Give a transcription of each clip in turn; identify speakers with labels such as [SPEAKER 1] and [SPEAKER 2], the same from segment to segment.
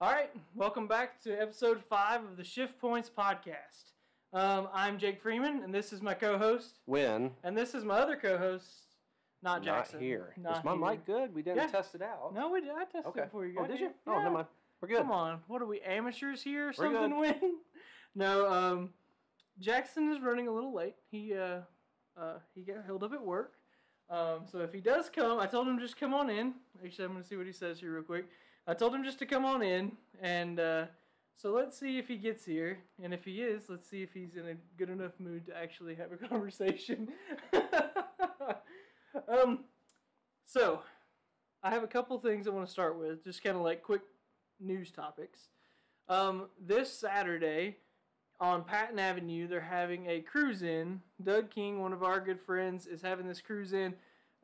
[SPEAKER 1] All right, welcome back to episode five of the Shift Points podcast. Um, I'm Jake Freeman, and this is my co-host,
[SPEAKER 2] When
[SPEAKER 1] and this is my other co-host, not Jackson.
[SPEAKER 2] not here.
[SPEAKER 1] Not
[SPEAKER 2] Is my
[SPEAKER 1] here.
[SPEAKER 2] mic good? We didn't
[SPEAKER 1] Yeah.
[SPEAKER 2] test it out.
[SPEAKER 1] No, we did. I tested
[SPEAKER 2] Okay.
[SPEAKER 1] before you got
[SPEAKER 2] oh, did
[SPEAKER 1] here.
[SPEAKER 2] you? Oh,
[SPEAKER 1] Yeah.
[SPEAKER 2] never mind. We're good.
[SPEAKER 1] Come on, what are we amateurs here? Or
[SPEAKER 2] We're
[SPEAKER 1] something? Win? no, um, Jackson is running a little late. He uh, uh, he got held up at work. Um, so if he does come, I told him just come on in. Actually, I'm gonna see what he says here real quick. I told him just to come on in, and uh, so let's see if he gets here. And if he is, let's see if he's in a good enough mood to actually have a conversation. um, so I have a couple things I want to start with, just kind of like quick news topics. Um, this Saturday on Patton Avenue, they're having a cruise in. Doug King, one of our good friends, is having this cruise in.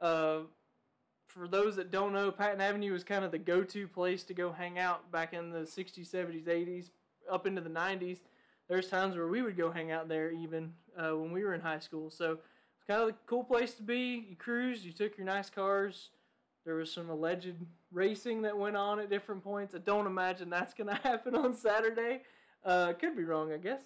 [SPEAKER 1] Uh, for those that don't know, Patton Avenue was kind of the go to place to go hang out back in the 60s, 70s, 80s, up into the 90s. There's times where we would go hang out there even uh, when we were in high school. So it's kind of a cool place to be. You cruised, you took your nice cars, there was some alleged racing that went on at different points. I don't imagine that's going to happen on Saturday. Uh, could be wrong, I guess.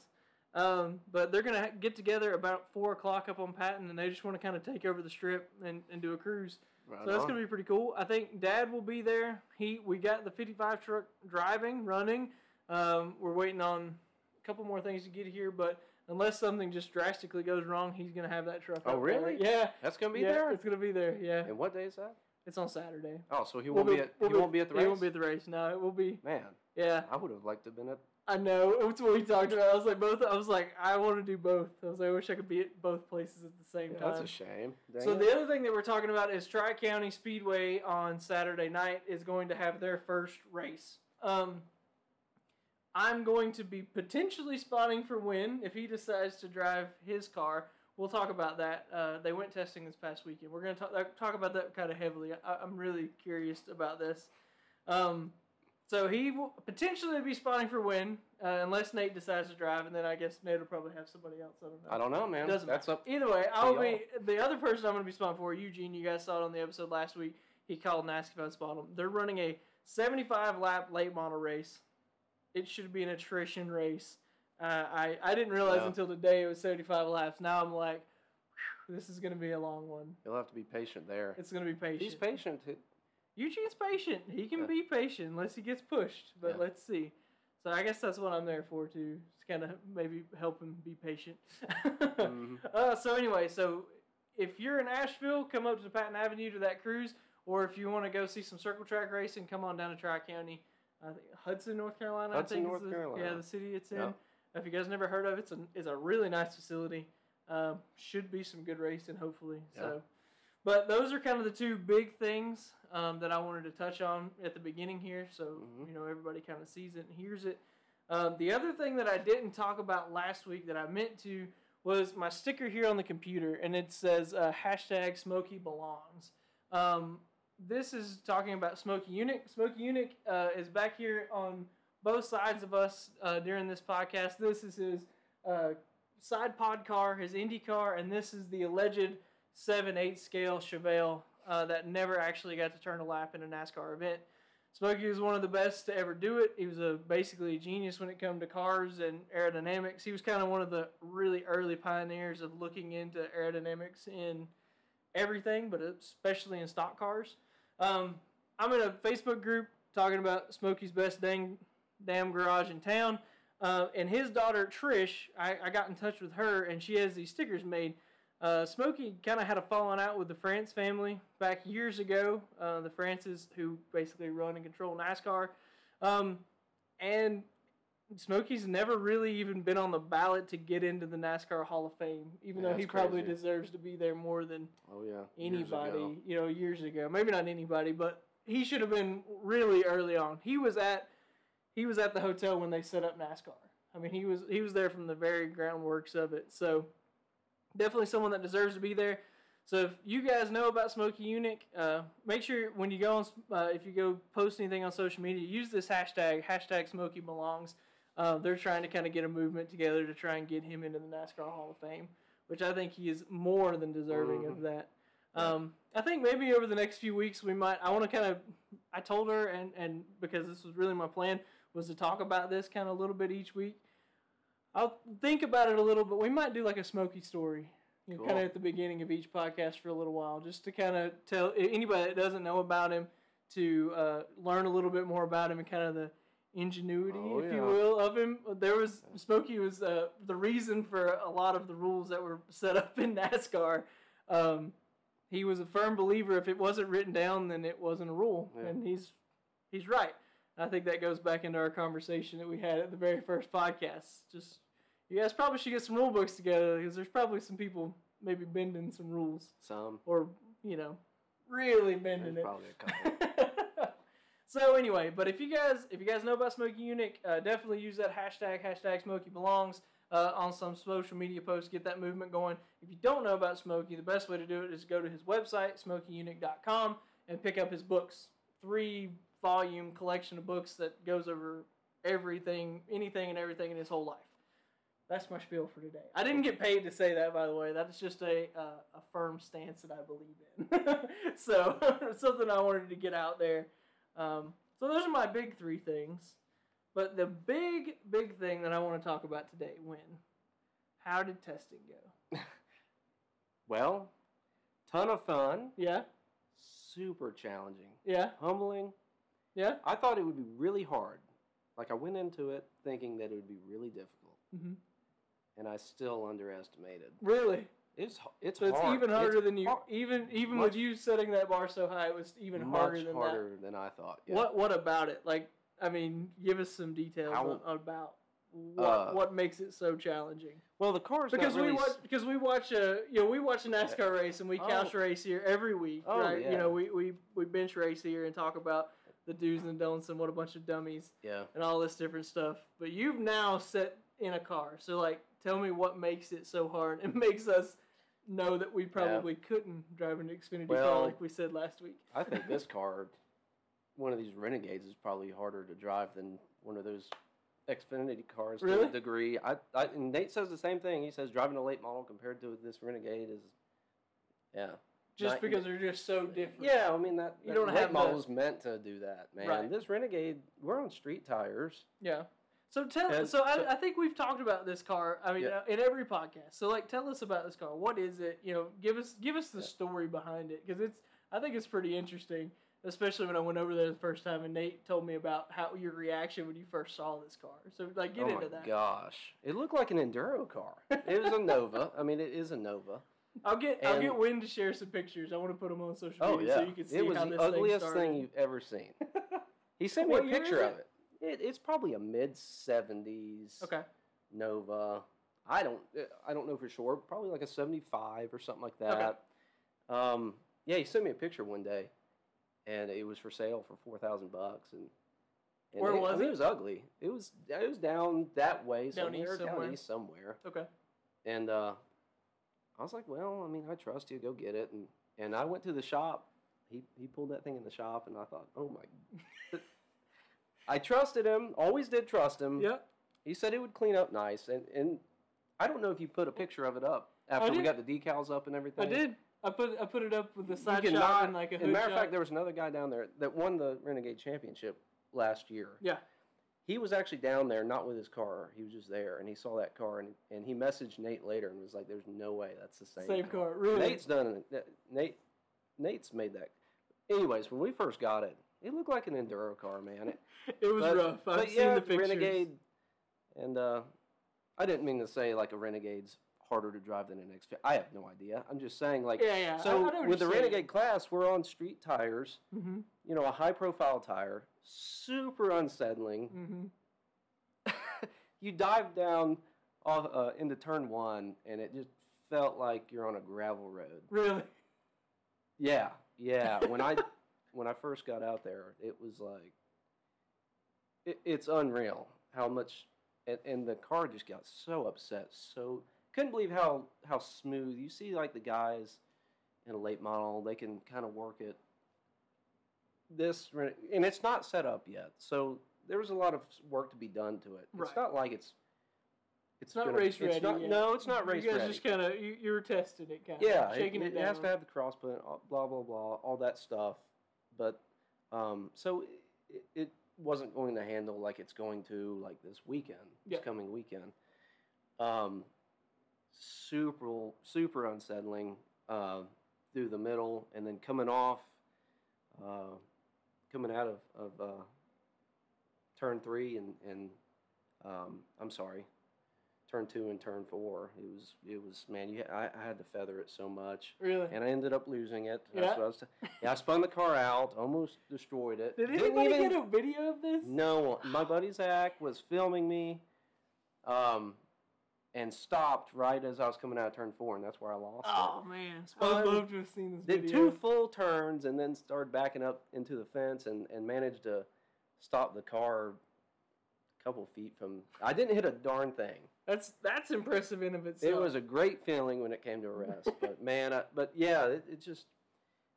[SPEAKER 1] Um, but they're going to get together about 4 o'clock up on Patton, and they just want to kind of take over the strip and, and do a cruise.
[SPEAKER 2] Right
[SPEAKER 1] so that's
[SPEAKER 2] on.
[SPEAKER 1] going to be pretty cool. I think Dad will be there. He We got the 55 truck driving, running. Um, we're waiting on a couple more things to get here, but unless something just drastically goes wrong, he's going to have that truck.
[SPEAKER 2] Oh,
[SPEAKER 1] up there.
[SPEAKER 2] really?
[SPEAKER 1] Yeah.
[SPEAKER 2] That's gonna be
[SPEAKER 1] yeah,
[SPEAKER 2] there.
[SPEAKER 1] It's going to be there, yeah.
[SPEAKER 2] And what day is that?
[SPEAKER 1] It's on Saturday.
[SPEAKER 2] Oh, so he won't be, at
[SPEAKER 1] we'll
[SPEAKER 2] he won't be at the race.
[SPEAKER 1] He won't be at the race. No, it will be.
[SPEAKER 2] Man,
[SPEAKER 1] Yeah,
[SPEAKER 2] I would have liked to have been at.
[SPEAKER 1] I know. It's what we talked about. I was like both. I was like, I want to do both. I was like, I wish I could be at both places at the same
[SPEAKER 2] Yeah,
[SPEAKER 1] time.
[SPEAKER 2] that's a shame. Dang
[SPEAKER 1] So
[SPEAKER 2] it.
[SPEAKER 1] the other thing that we're talking about is Tri County Speedway on Saturday night is going to have their first race. Um, I'm going to be potentially spotting for Win if he decides to drive his car. We'll talk about that. Uh, they went testing this past weekend. We're going to talk, talk about that kind of heavily. I, I'm really curious about this. Um, so he will potentially be spotting for Win uh, unless Nate decides to drive, and then I guess Nate will probably have somebody else. I don't know.
[SPEAKER 2] I don't know, man.
[SPEAKER 1] Doesn't
[SPEAKER 2] that's
[SPEAKER 1] matter.
[SPEAKER 2] up.
[SPEAKER 1] Either way, I'll
[SPEAKER 2] y'all.
[SPEAKER 1] be the other person I'm going to be spotting for. Eugene, you guys saw it on the episode last week. He called and asked if I'd spot him. They're running a 75 lap late model race. It should be an attrition race. Uh, I I didn't realize
[SPEAKER 2] Yeah.
[SPEAKER 1] until today it was 75 laps. Now I'm like, "Phew, this is going to be a long one.
[SPEAKER 2] You'll have to be patient there.
[SPEAKER 1] It's going to be patient.
[SPEAKER 2] He's patient. He-
[SPEAKER 1] Eugene's patient. He can
[SPEAKER 2] Yeah.
[SPEAKER 1] be patient unless he gets pushed. But
[SPEAKER 2] Yeah.
[SPEAKER 1] let's see. So I guess that's what I'm there for too. Just kind of maybe help him be patient.
[SPEAKER 2] Hmm. mm-hmm.
[SPEAKER 1] uh, so anyway, so if you're in Asheville, come up to Patton Avenue to that cruise, or if you want to go see some circle track racing, come on down to Tri County, I think Hudson, North Carolina.
[SPEAKER 2] Hudson,
[SPEAKER 1] I think is
[SPEAKER 2] North
[SPEAKER 1] the-
[SPEAKER 2] Carolina.
[SPEAKER 1] Yeah, the city it's in.
[SPEAKER 2] Yeah.
[SPEAKER 1] If you guys never heard of it, it's a it's a really nice facility. Um, should be some good racing, hopefully. So. But those are kind of the two big things um, that I wanted to touch on at the beginning here, so you know everybody kind of sees it and hears it. Um, the other thing that I didn't talk about last week that I meant to was my sticker here on the computer, and it says uh, hashtag Smokey belongs. Um, this is talking about Smokey Eunuch. Smokey Eunuch uh, is back here on both sides of us uh, during this podcast. This is his uh, side pod car, his Indy car, and this is the alleged 7 8 scale Chevelle uh, that never actually got to turn a lap in a NASCAR event. Smokey was one of the best to ever do it. He was a basically a genius when it came to cars and aerodynamics. He was kind of one of the really early pioneers of looking into aerodynamics in everything, but especially in stock cars. Um, I'm in a Facebook group talking about Smokey's best dang damn garage in town. Uh, and his daughter Trish, I, I got in touch with her, and she has these stickers made. Uh, Smokey kind of had a falling out with the France family back years ago. Uh, the Frances, who basically run and control NASCAR, um, and Smokey's never really even been on the ballot to get into the NASCAR Hall of Fame, even
[SPEAKER 2] Yeah,
[SPEAKER 1] though he
[SPEAKER 2] that's
[SPEAKER 1] probably
[SPEAKER 2] crazy.
[SPEAKER 1] deserves to be there more than
[SPEAKER 2] Oh yeah. years ago.
[SPEAKER 1] anybody, you know, years ago. Maybe not anybody, but he should have been really early on. He was at he was at the hotel when they set up NASCAR. I mean, he was he was there from the very groundworks of it. So definitely someone that deserves to be there. So if you guys know about Smokey Eunuch, uh, make sure when you go on, uh, if you go post anything on social media, use this hashtag hashtag Smokey Belongs. Uh, they're trying to kind of get a movement together to try and get him into the NASCAR Hall of Fame, which I think he is more than deserving of that. Um, I think maybe over the next few weeks we might. I want to kind of. I told her and and because this was really my plan was to talk about this kind of a little bit each week. I'll think about it a little, but we might do like a smoky story, you know, kind
[SPEAKER 2] Cool.
[SPEAKER 1] of at the beginning of each podcast for a little while, just to kind of tell if anybody that doesn't know about him to uh, learn a little bit more about him and kind of the ingenuity,
[SPEAKER 2] Oh,
[SPEAKER 1] if
[SPEAKER 2] yeah.
[SPEAKER 1] you will, of him. There was Smokey was uh, the reason for a lot of the rules that were set up in NASCAR. Um, he was a firm believer if it wasn't written down, then it wasn't a rule,
[SPEAKER 2] Yeah.
[SPEAKER 1] and he's he's right. I think that goes back into our conversation that we had at the very first podcast. Just you guys probably should get some rule books together because there's probably some people maybe bending some rules
[SPEAKER 2] Some.
[SPEAKER 1] or you know really
[SPEAKER 2] There's
[SPEAKER 1] bending it.
[SPEAKER 2] probably a couple.
[SPEAKER 1] so anyway, but if you guys if you guys know about Smoky Eunuch, uh, definitely use that hashtag hashtag Smoky Belongs uh, on some social media posts. Get that movement going. If you don't know about Smokey, the best way to do it is go to his website smokyeunuch.com and pick up his books. Three volume collection of books that goes over everything, anything, and everything in his whole life. That's my spiel for today. I didn't get paid to say that, by the way. That's just a uh, a firm stance that I believe in. so something I wanted to get out there. Um, so those are my big three things. But the big big thing that I want to talk about today, when, how did testing go?
[SPEAKER 2] well, ton of fun.
[SPEAKER 1] Yeah,
[SPEAKER 2] Super challenging.
[SPEAKER 1] yeah,
[SPEAKER 2] Humbling.
[SPEAKER 1] yeah.
[SPEAKER 2] I thought it would be really hard. Like I went into it thinking that it would be really difficult,
[SPEAKER 1] hmm
[SPEAKER 2] and I still underestimated.
[SPEAKER 1] Really,
[SPEAKER 2] It's h- it's
[SPEAKER 1] so it's
[SPEAKER 2] hard.
[SPEAKER 1] even harder than you.
[SPEAKER 2] hard.
[SPEAKER 1] Even even
[SPEAKER 2] Much-
[SPEAKER 1] with you setting that bar so high, it was even harder
[SPEAKER 2] much
[SPEAKER 1] than that.
[SPEAKER 2] harder than I thought. Yeah.
[SPEAKER 1] What what about it? Like, I mean, give us some details
[SPEAKER 2] How-
[SPEAKER 1] on, about what
[SPEAKER 2] Uh,
[SPEAKER 1] what makes it so challenging.
[SPEAKER 2] Well, the car's
[SPEAKER 1] Because
[SPEAKER 2] not really
[SPEAKER 1] we
[SPEAKER 2] s-
[SPEAKER 1] watch because we watch a you know we watch a NASCAR race and we
[SPEAKER 2] Oh.
[SPEAKER 1] couch race here every week.
[SPEAKER 2] Oh,
[SPEAKER 1] right?
[SPEAKER 2] yeah.
[SPEAKER 1] You know we, we we bench race here and talk about the do's and don'ts and what a bunch of dummies
[SPEAKER 2] Yeah.
[SPEAKER 1] and all this different stuff. But you've now set in a car, so like, tell me what makes it so hard and makes us know that we probably couldn't drive an Xfinity car
[SPEAKER 2] Well,
[SPEAKER 1] like we said last week.
[SPEAKER 2] I think this car, one of these Renegades, is probably harder to drive than one of those Xfinity cars to
[SPEAKER 1] Really?
[SPEAKER 2] a degree. I, I and Nate says the same thing. He says driving a late model compared to this Renegade is, yeah,
[SPEAKER 1] just
[SPEAKER 2] not-
[SPEAKER 1] because they're just so different.
[SPEAKER 2] yeah. I mean that,
[SPEAKER 1] You
[SPEAKER 2] that
[SPEAKER 1] don't
[SPEAKER 2] late
[SPEAKER 1] have the-
[SPEAKER 2] model's meant to do that, man.
[SPEAKER 1] Right.
[SPEAKER 2] This Renegade, we're on street tires.
[SPEAKER 1] Yeah. So tell
[SPEAKER 2] And
[SPEAKER 1] so,
[SPEAKER 2] so-
[SPEAKER 1] I, I think we've talked about this car. I mean,
[SPEAKER 2] Yeah.
[SPEAKER 1] uh, in every podcast. So like, tell us about this car. What is it? You know, give us give us the
[SPEAKER 2] Yeah.
[SPEAKER 1] story behind it because it's. I think it's pretty interesting, especially when I went over there the first time and Nate told me about how your reaction when you first saw this car. So like, get
[SPEAKER 2] oh
[SPEAKER 1] into
[SPEAKER 2] my
[SPEAKER 1] that.
[SPEAKER 2] gosh, it looked like an enduro car. it was a Nova. I mean, it is a Nova.
[SPEAKER 1] I'll get I'll
[SPEAKER 2] And-
[SPEAKER 1] get Win to share some pictures. I want to put them on social
[SPEAKER 2] Oh
[SPEAKER 1] media
[SPEAKER 2] yeah,
[SPEAKER 1] so you can see
[SPEAKER 2] it was
[SPEAKER 1] how
[SPEAKER 2] the
[SPEAKER 1] this
[SPEAKER 2] ugliest
[SPEAKER 1] thing,
[SPEAKER 2] thing,
[SPEAKER 1] started.
[SPEAKER 2] you've ever seen. he sent me
[SPEAKER 1] What
[SPEAKER 2] a
[SPEAKER 1] year
[SPEAKER 2] picture
[SPEAKER 1] is
[SPEAKER 2] of it. it. It's probably a mid seventies
[SPEAKER 1] Okay.
[SPEAKER 2] Nova. I don't, I don't know for sure. Probably like a seventy-five or something like that. Um, yeah, he sent me a picture one day, and it was for sale for four thousand bucks. And, and
[SPEAKER 1] Where
[SPEAKER 2] it, I
[SPEAKER 1] was
[SPEAKER 2] mean,
[SPEAKER 1] it?
[SPEAKER 2] was ugly. It was, it was down that way
[SPEAKER 1] Down east
[SPEAKER 2] somewhere,
[SPEAKER 1] somewhere.
[SPEAKER 2] down east somewhere.
[SPEAKER 1] Okay.
[SPEAKER 2] And uh, I was like, well, I mean, I trust you. Go get it. And and I went to the shop. He he pulled that thing in the shop, and I thought, oh my. I trusted him. Always did trust him.
[SPEAKER 1] Yep.
[SPEAKER 2] He said it would clean up nice, and and I don't know if you put a picture of it up after we
[SPEAKER 1] did.
[SPEAKER 2] got the decals up and everything.
[SPEAKER 1] I did. I put I put it up with the
[SPEAKER 2] You
[SPEAKER 1] side shot
[SPEAKER 2] cannot-
[SPEAKER 1] and like a
[SPEAKER 2] as
[SPEAKER 1] hood
[SPEAKER 2] matter of
[SPEAKER 1] shot.
[SPEAKER 2] fact, there was another guy down there that won the Renegade Championship last year.
[SPEAKER 1] Yeah.
[SPEAKER 2] He was actually down there, not with his car. He was just there, and he saw that car, and, and he messaged Nate later and was like, "There's no way that's the same."
[SPEAKER 1] same car. Really.
[SPEAKER 2] Nate's done it. That- Nate, Nate's made that. Anyways, when we first got it, it looked like an enduro car, man. It,
[SPEAKER 1] It was
[SPEAKER 2] but-
[SPEAKER 1] rough. I've
[SPEAKER 2] but
[SPEAKER 1] seen
[SPEAKER 2] yeah,
[SPEAKER 1] the pictures.
[SPEAKER 2] Renegade, and uh, I didn't mean to say like a Renegade's harder to drive than an X. I have no idea. I'm just saying like.
[SPEAKER 1] yeah, yeah.
[SPEAKER 2] So with the Renegade class, we're on street tires.
[SPEAKER 1] mm-hmm,
[SPEAKER 2] You know, a high profile tire, super unsettling.
[SPEAKER 1] mm-hmm.
[SPEAKER 2] you dive down off, uh, into turn one, and it just felt like you're on a gravel road.
[SPEAKER 1] really,
[SPEAKER 2] Yeah, yeah. When I when I first got out there, it was like it, it's unreal how much and, and the car just got so upset. So couldn't believe how how smooth. You see, like the guys in a late model, they can kind of work it. This Ren- and it's not set up yet, so there was a lot of work to be done to it.
[SPEAKER 1] Right.
[SPEAKER 2] It's not like it's
[SPEAKER 1] it's not
[SPEAKER 2] gonna-
[SPEAKER 1] race
[SPEAKER 2] it's
[SPEAKER 1] ready.
[SPEAKER 2] not-
[SPEAKER 1] yet.
[SPEAKER 2] No, it's not race
[SPEAKER 1] You guys
[SPEAKER 2] ready.
[SPEAKER 1] just kind of you, you were testing it, kind of
[SPEAKER 2] Yeah,
[SPEAKER 1] shaking it,
[SPEAKER 2] it,
[SPEAKER 1] down.
[SPEAKER 2] has to have the cross put, all- blah blah blah, all that stuff. But um, so it, it wasn't going to handle like it's going to like this weekend,
[SPEAKER 1] Yeah.
[SPEAKER 2] this coming weekend. Um, super super unsettling uh, through the middle, and then coming off, uh, coming out of of uh, turn three and and um, I'm sorry, turn two and turn four. It was it was man, you I, I had to feather it so much.
[SPEAKER 1] Really?
[SPEAKER 2] And I ended up losing it. That's
[SPEAKER 1] Yeah.
[SPEAKER 2] what I was t- yeah, I spun the car out, almost destroyed it.
[SPEAKER 1] Did
[SPEAKER 2] Didn't
[SPEAKER 1] anybody
[SPEAKER 2] even-
[SPEAKER 1] get a video of this?
[SPEAKER 2] no, my buddy Zach was filming me, um, and stopped right as I was coming out of turn four, and that's where I lost. it.
[SPEAKER 1] Oh man, I
[SPEAKER 2] Um,
[SPEAKER 1] would love to have seen this
[SPEAKER 2] Did
[SPEAKER 1] video.
[SPEAKER 2] two full turns and then started backing up into the fence and, and managed to stop the car a couple feet from. I didn't hit a darn thing.
[SPEAKER 1] That's that's impressive in of itself.
[SPEAKER 2] It was a great feeling when it came to rest, but man, I, but yeah, it, it just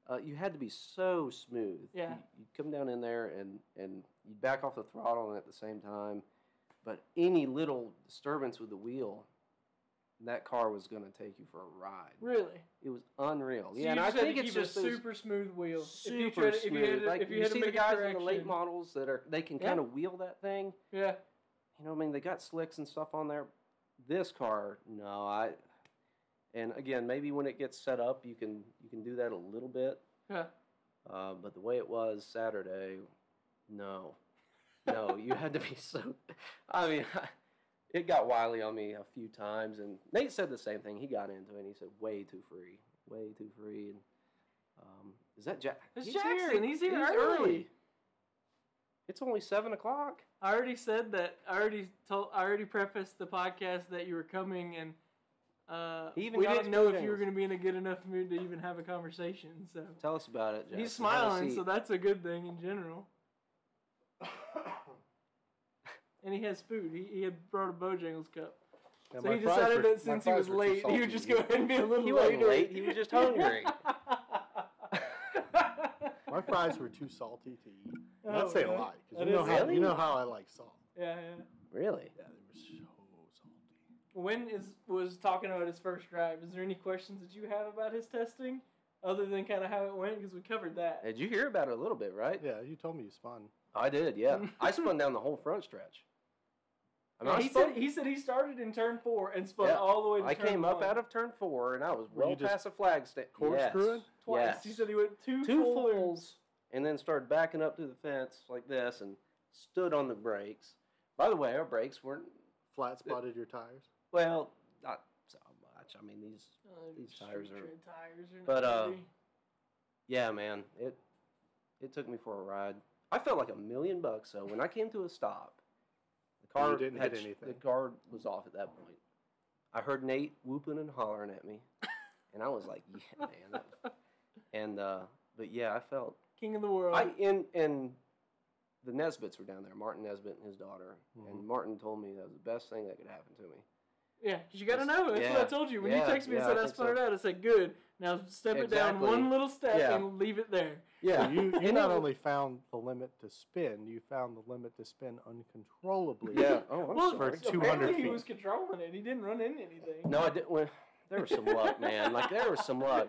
[SPEAKER 2] uh, you had to be so smooth.
[SPEAKER 1] Yeah.
[SPEAKER 2] you, you'd come down in there and and you'd back off the throttle and at the same time, but any little disturbance with the wheel, that car was going to take you for a ride.
[SPEAKER 1] really.
[SPEAKER 2] It was unreal.
[SPEAKER 1] So
[SPEAKER 2] yeah, and
[SPEAKER 1] you
[SPEAKER 2] I
[SPEAKER 1] just had
[SPEAKER 2] think
[SPEAKER 1] to
[SPEAKER 2] it's
[SPEAKER 1] keep
[SPEAKER 2] just
[SPEAKER 1] a
[SPEAKER 2] those
[SPEAKER 1] super smooth wheel.
[SPEAKER 2] super
[SPEAKER 1] if you tried to-
[SPEAKER 2] smooth.
[SPEAKER 1] If you had, to-
[SPEAKER 2] like
[SPEAKER 1] if you
[SPEAKER 2] you
[SPEAKER 1] had
[SPEAKER 2] see
[SPEAKER 1] to
[SPEAKER 2] the
[SPEAKER 1] make a
[SPEAKER 2] guys in the late
[SPEAKER 1] correction-
[SPEAKER 2] models that are they can
[SPEAKER 1] Yeah.
[SPEAKER 2] kind of wheel that thing.
[SPEAKER 1] Yeah.
[SPEAKER 2] You know, what I mean, they got slicks and stuff on there. This car, no, I. And again, maybe when it gets set up, you can you can do that a little bit.
[SPEAKER 1] Yeah.
[SPEAKER 2] Uh, but the way it was Saturday, no, no, you had to be so. I mean, it got wily on me a few times, and Nate said the same thing. He got into it. and He said, "Way too free, way too free." And um, is that Jack?
[SPEAKER 1] It's Jackson. He's here early.
[SPEAKER 2] It's only seven o'clock.
[SPEAKER 1] I already said that. I already told. I already prefaced the podcast that you were coming, and uh,
[SPEAKER 2] He even
[SPEAKER 1] we
[SPEAKER 2] got
[SPEAKER 1] didn't
[SPEAKER 2] us
[SPEAKER 1] know if
[SPEAKER 2] pajamas.
[SPEAKER 1] you were going to be in a good enough mood to even have a conversation. So
[SPEAKER 2] Tell us about it. Jackson. Have a
[SPEAKER 1] he's smiling,
[SPEAKER 2] seat.
[SPEAKER 1] so that's a good thing in general. and he has food. He, he had brought a Bojangles cup,
[SPEAKER 3] Yeah,
[SPEAKER 1] so
[SPEAKER 3] my
[SPEAKER 1] he
[SPEAKER 3] fries
[SPEAKER 1] decided
[SPEAKER 3] were-
[SPEAKER 1] that
[SPEAKER 3] my
[SPEAKER 1] since he
[SPEAKER 3] fries
[SPEAKER 1] was
[SPEAKER 3] were too
[SPEAKER 1] late, he would
[SPEAKER 3] salty.
[SPEAKER 1] just go ahead and be a little
[SPEAKER 2] He wasn't
[SPEAKER 1] later.
[SPEAKER 2] late, he was just hungry.
[SPEAKER 3] My fries were too salty to eat.
[SPEAKER 1] Oh,
[SPEAKER 3] That's say a
[SPEAKER 1] yeah.
[SPEAKER 3] lot
[SPEAKER 1] That
[SPEAKER 3] because you know
[SPEAKER 1] is
[SPEAKER 3] how
[SPEAKER 2] really-
[SPEAKER 3] you know how I like salt.
[SPEAKER 1] Yeah, yeah.
[SPEAKER 2] Really?
[SPEAKER 3] Yeah, they were so salty.
[SPEAKER 1] When is was talking about his first drive? Is there any questions that you have about his testing, other than kind of how it went? Because we covered that.
[SPEAKER 2] Did you hear about it a little bit, right?
[SPEAKER 3] Yeah, you told me you spun.
[SPEAKER 2] I did, yeah. I spun down the whole front stretch. I
[SPEAKER 1] And
[SPEAKER 2] mean, I,
[SPEAKER 1] Oh, he
[SPEAKER 2] spun-
[SPEAKER 1] said he said he started in turn four and spun
[SPEAKER 2] Yeah.
[SPEAKER 1] all the way. to
[SPEAKER 2] I
[SPEAKER 1] turn
[SPEAKER 2] came up
[SPEAKER 1] one
[SPEAKER 2] out of turn four, and I was
[SPEAKER 3] Were you
[SPEAKER 2] well
[SPEAKER 3] just
[SPEAKER 2] past the flag stand.
[SPEAKER 3] corkscrewing?
[SPEAKER 1] twice.
[SPEAKER 2] Yes.
[SPEAKER 1] He said he went two,
[SPEAKER 2] Two
[SPEAKER 1] full loops.
[SPEAKER 2] fools, and then started backing up to the fence like this, and stood on the brakes. By the way, our brakes weren't
[SPEAKER 3] Flat spotted your tires.
[SPEAKER 2] well, not so much. I mean, these.
[SPEAKER 1] Uh,
[SPEAKER 2] These
[SPEAKER 1] street
[SPEAKER 2] tires are-
[SPEAKER 1] tread tires are not
[SPEAKER 2] but, uh,
[SPEAKER 1] pretty.
[SPEAKER 2] Yeah, man, it it took me for a ride. I felt like a million bucks. So when I came to a stop, the
[SPEAKER 3] And
[SPEAKER 2] car
[SPEAKER 3] you didn't
[SPEAKER 2] had
[SPEAKER 3] hit
[SPEAKER 2] sh- The
[SPEAKER 3] anything.
[SPEAKER 2] car was off at that point. I heard Nate whooping and hollering at me, and I was like, "Yeah, man." that- and uh, but yeah, I felt
[SPEAKER 1] king of the world.
[SPEAKER 2] I and and the Nesbitts were down there, Martin Nesbitt and his daughter,
[SPEAKER 3] Mhm.
[SPEAKER 2] and Martin told me that was the best thing that could happen to me.
[SPEAKER 1] yeah, 'cause you got to know. That's
[SPEAKER 2] Yeah.
[SPEAKER 1] what I told you when
[SPEAKER 2] Yeah,
[SPEAKER 1] you texted me
[SPEAKER 2] yeah,
[SPEAKER 1] and said
[SPEAKER 2] I
[SPEAKER 1] I,
[SPEAKER 2] think
[SPEAKER 1] spun
[SPEAKER 2] so.
[SPEAKER 1] it out. I said good. Now step it down
[SPEAKER 2] Exactly.
[SPEAKER 1] one little step
[SPEAKER 2] Yeah.
[SPEAKER 1] and leave it there.
[SPEAKER 3] So you you
[SPEAKER 2] And
[SPEAKER 3] not
[SPEAKER 2] it was-
[SPEAKER 3] only found the limit to spin, you found the limit to spin uncontrollably.
[SPEAKER 2] yeah. Oh, I'm
[SPEAKER 1] well,
[SPEAKER 2] sorry.
[SPEAKER 3] For 200
[SPEAKER 1] apparently he
[SPEAKER 3] feet.
[SPEAKER 1] was controlling it. He didn't run into anything.
[SPEAKER 2] No, I didn't. Well, there was some luck, man. Like there was some luck.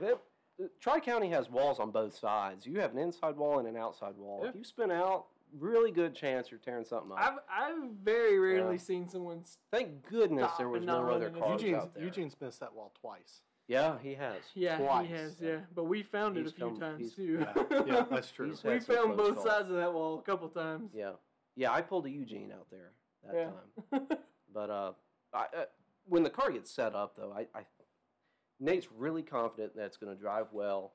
[SPEAKER 2] Tri County has walls on both sides. You have an inside wall and an outside wall. If
[SPEAKER 1] Yeah.
[SPEAKER 2] you spin out, really good chance you're tearing something up.
[SPEAKER 1] I've I've very rarely
[SPEAKER 2] Yeah.
[SPEAKER 1] seen someone. s-
[SPEAKER 2] Thank goodness
[SPEAKER 1] Stop
[SPEAKER 2] there was
[SPEAKER 1] and not
[SPEAKER 2] no
[SPEAKER 1] run
[SPEAKER 2] other
[SPEAKER 1] into-
[SPEAKER 2] cars
[SPEAKER 3] Eugene's,
[SPEAKER 2] out there.
[SPEAKER 3] Eugene's missed that wall twice.
[SPEAKER 2] Yeah, he has.
[SPEAKER 1] Yeah,
[SPEAKER 3] Twice.
[SPEAKER 1] he has. Yeah, but we found it
[SPEAKER 2] He's
[SPEAKER 1] a few
[SPEAKER 2] come-
[SPEAKER 1] times
[SPEAKER 2] he's-
[SPEAKER 1] too.
[SPEAKER 3] Yeah, yeah that's true.
[SPEAKER 2] He's
[SPEAKER 1] we
[SPEAKER 2] had some
[SPEAKER 1] found
[SPEAKER 2] close
[SPEAKER 1] both
[SPEAKER 2] calls.
[SPEAKER 1] sides of that wall a couple times.
[SPEAKER 2] Yeah, yeah. I pulled a Eugene out there that
[SPEAKER 1] Yeah.
[SPEAKER 2] time. But uh, I, uh, when the car gets set up, though, I, I Nate's really confident that it's going to drive well.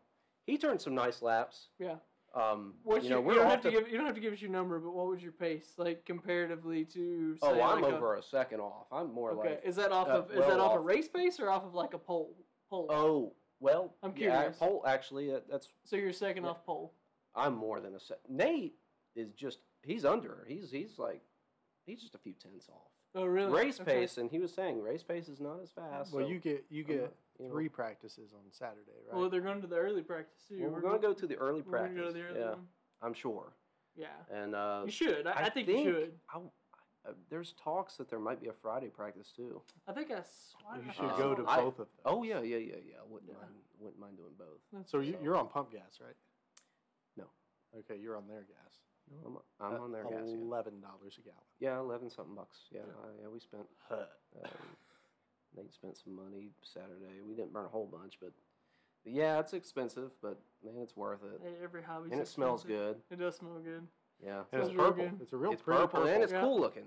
[SPEAKER 2] He turned some nice laps.
[SPEAKER 1] Yeah.
[SPEAKER 2] Um,
[SPEAKER 1] What's
[SPEAKER 2] you know,
[SPEAKER 1] your,
[SPEAKER 2] we're
[SPEAKER 1] you don't
[SPEAKER 2] off
[SPEAKER 1] have to
[SPEAKER 2] the-
[SPEAKER 1] give you don't have to give us your number, but what was your pace like comparatively to? Say,
[SPEAKER 2] Oh, well, I'm
[SPEAKER 1] like
[SPEAKER 2] over a, second off.
[SPEAKER 1] A,
[SPEAKER 2] I'm more
[SPEAKER 1] okay,
[SPEAKER 2] like
[SPEAKER 1] is that off
[SPEAKER 2] uh,
[SPEAKER 1] of is that
[SPEAKER 2] well
[SPEAKER 1] off a
[SPEAKER 2] off.
[SPEAKER 1] race pace or off of like a pole? Pole.
[SPEAKER 2] oh well.
[SPEAKER 1] I'm
[SPEAKER 2] yeah,
[SPEAKER 1] curious.
[SPEAKER 2] pole actually. That, that's
[SPEAKER 1] so you're second
[SPEAKER 2] yeah.
[SPEAKER 1] off pole.
[SPEAKER 2] I'm more than a sec. Nate is just he's under. He's he's like he's just a few tenths off
[SPEAKER 1] Oh, really?
[SPEAKER 2] race
[SPEAKER 1] Okay.
[SPEAKER 2] pace, and he was saying race pace is not as fast.
[SPEAKER 3] Well,
[SPEAKER 2] so,
[SPEAKER 3] you get you
[SPEAKER 2] I'm
[SPEAKER 3] get
[SPEAKER 2] not- you know.
[SPEAKER 3] three practices on Saturday, right?
[SPEAKER 1] Well, they're going to the early practice too.
[SPEAKER 2] Well, we're gonna go to the early
[SPEAKER 1] We're
[SPEAKER 2] practice.
[SPEAKER 1] gonna go to the early
[SPEAKER 2] yeah,
[SPEAKER 1] one.
[SPEAKER 2] I'm sure.
[SPEAKER 1] Yeah,
[SPEAKER 2] And uh,
[SPEAKER 1] you should. I, I, think, you should.
[SPEAKER 2] I, uh, there's talks that there might be a Friday practice too.
[SPEAKER 1] I think I. s- why did
[SPEAKER 3] you
[SPEAKER 1] I
[SPEAKER 3] should
[SPEAKER 1] think I
[SPEAKER 3] go
[SPEAKER 1] saw
[SPEAKER 3] to
[SPEAKER 1] that?
[SPEAKER 2] I-
[SPEAKER 3] both of them.
[SPEAKER 2] Oh yeah, yeah, yeah, yeah. Wouldn't
[SPEAKER 1] Yeah.
[SPEAKER 2] mind wouldn't mind doing both.
[SPEAKER 3] So you,
[SPEAKER 2] So-
[SPEAKER 3] you're on pump gas, right?
[SPEAKER 2] No.
[SPEAKER 3] Okay, you're on their gas.
[SPEAKER 2] I'm, I'm
[SPEAKER 3] Uh,
[SPEAKER 2] on their gas. Yeah.
[SPEAKER 3] Eleven dollars a gallon.
[SPEAKER 2] Yeah, eleven something bucks. Yeah,
[SPEAKER 3] Yeah.
[SPEAKER 2] I- yeah. We spent. Um, they spent some money Saturday. We didn't burn a whole bunch, but, but yeah, it's expensive, but man, it's worth it.
[SPEAKER 1] E- Every hobby.
[SPEAKER 2] and it smells good.
[SPEAKER 1] It does smell good.
[SPEAKER 2] Yeah,
[SPEAKER 3] And it's
[SPEAKER 1] Sounds real
[SPEAKER 3] purple.
[SPEAKER 1] good.
[SPEAKER 3] It's a real
[SPEAKER 2] it's
[SPEAKER 3] pretty
[SPEAKER 2] purple,
[SPEAKER 3] purple.
[SPEAKER 2] and it's
[SPEAKER 1] Yeah.
[SPEAKER 2] cool looking.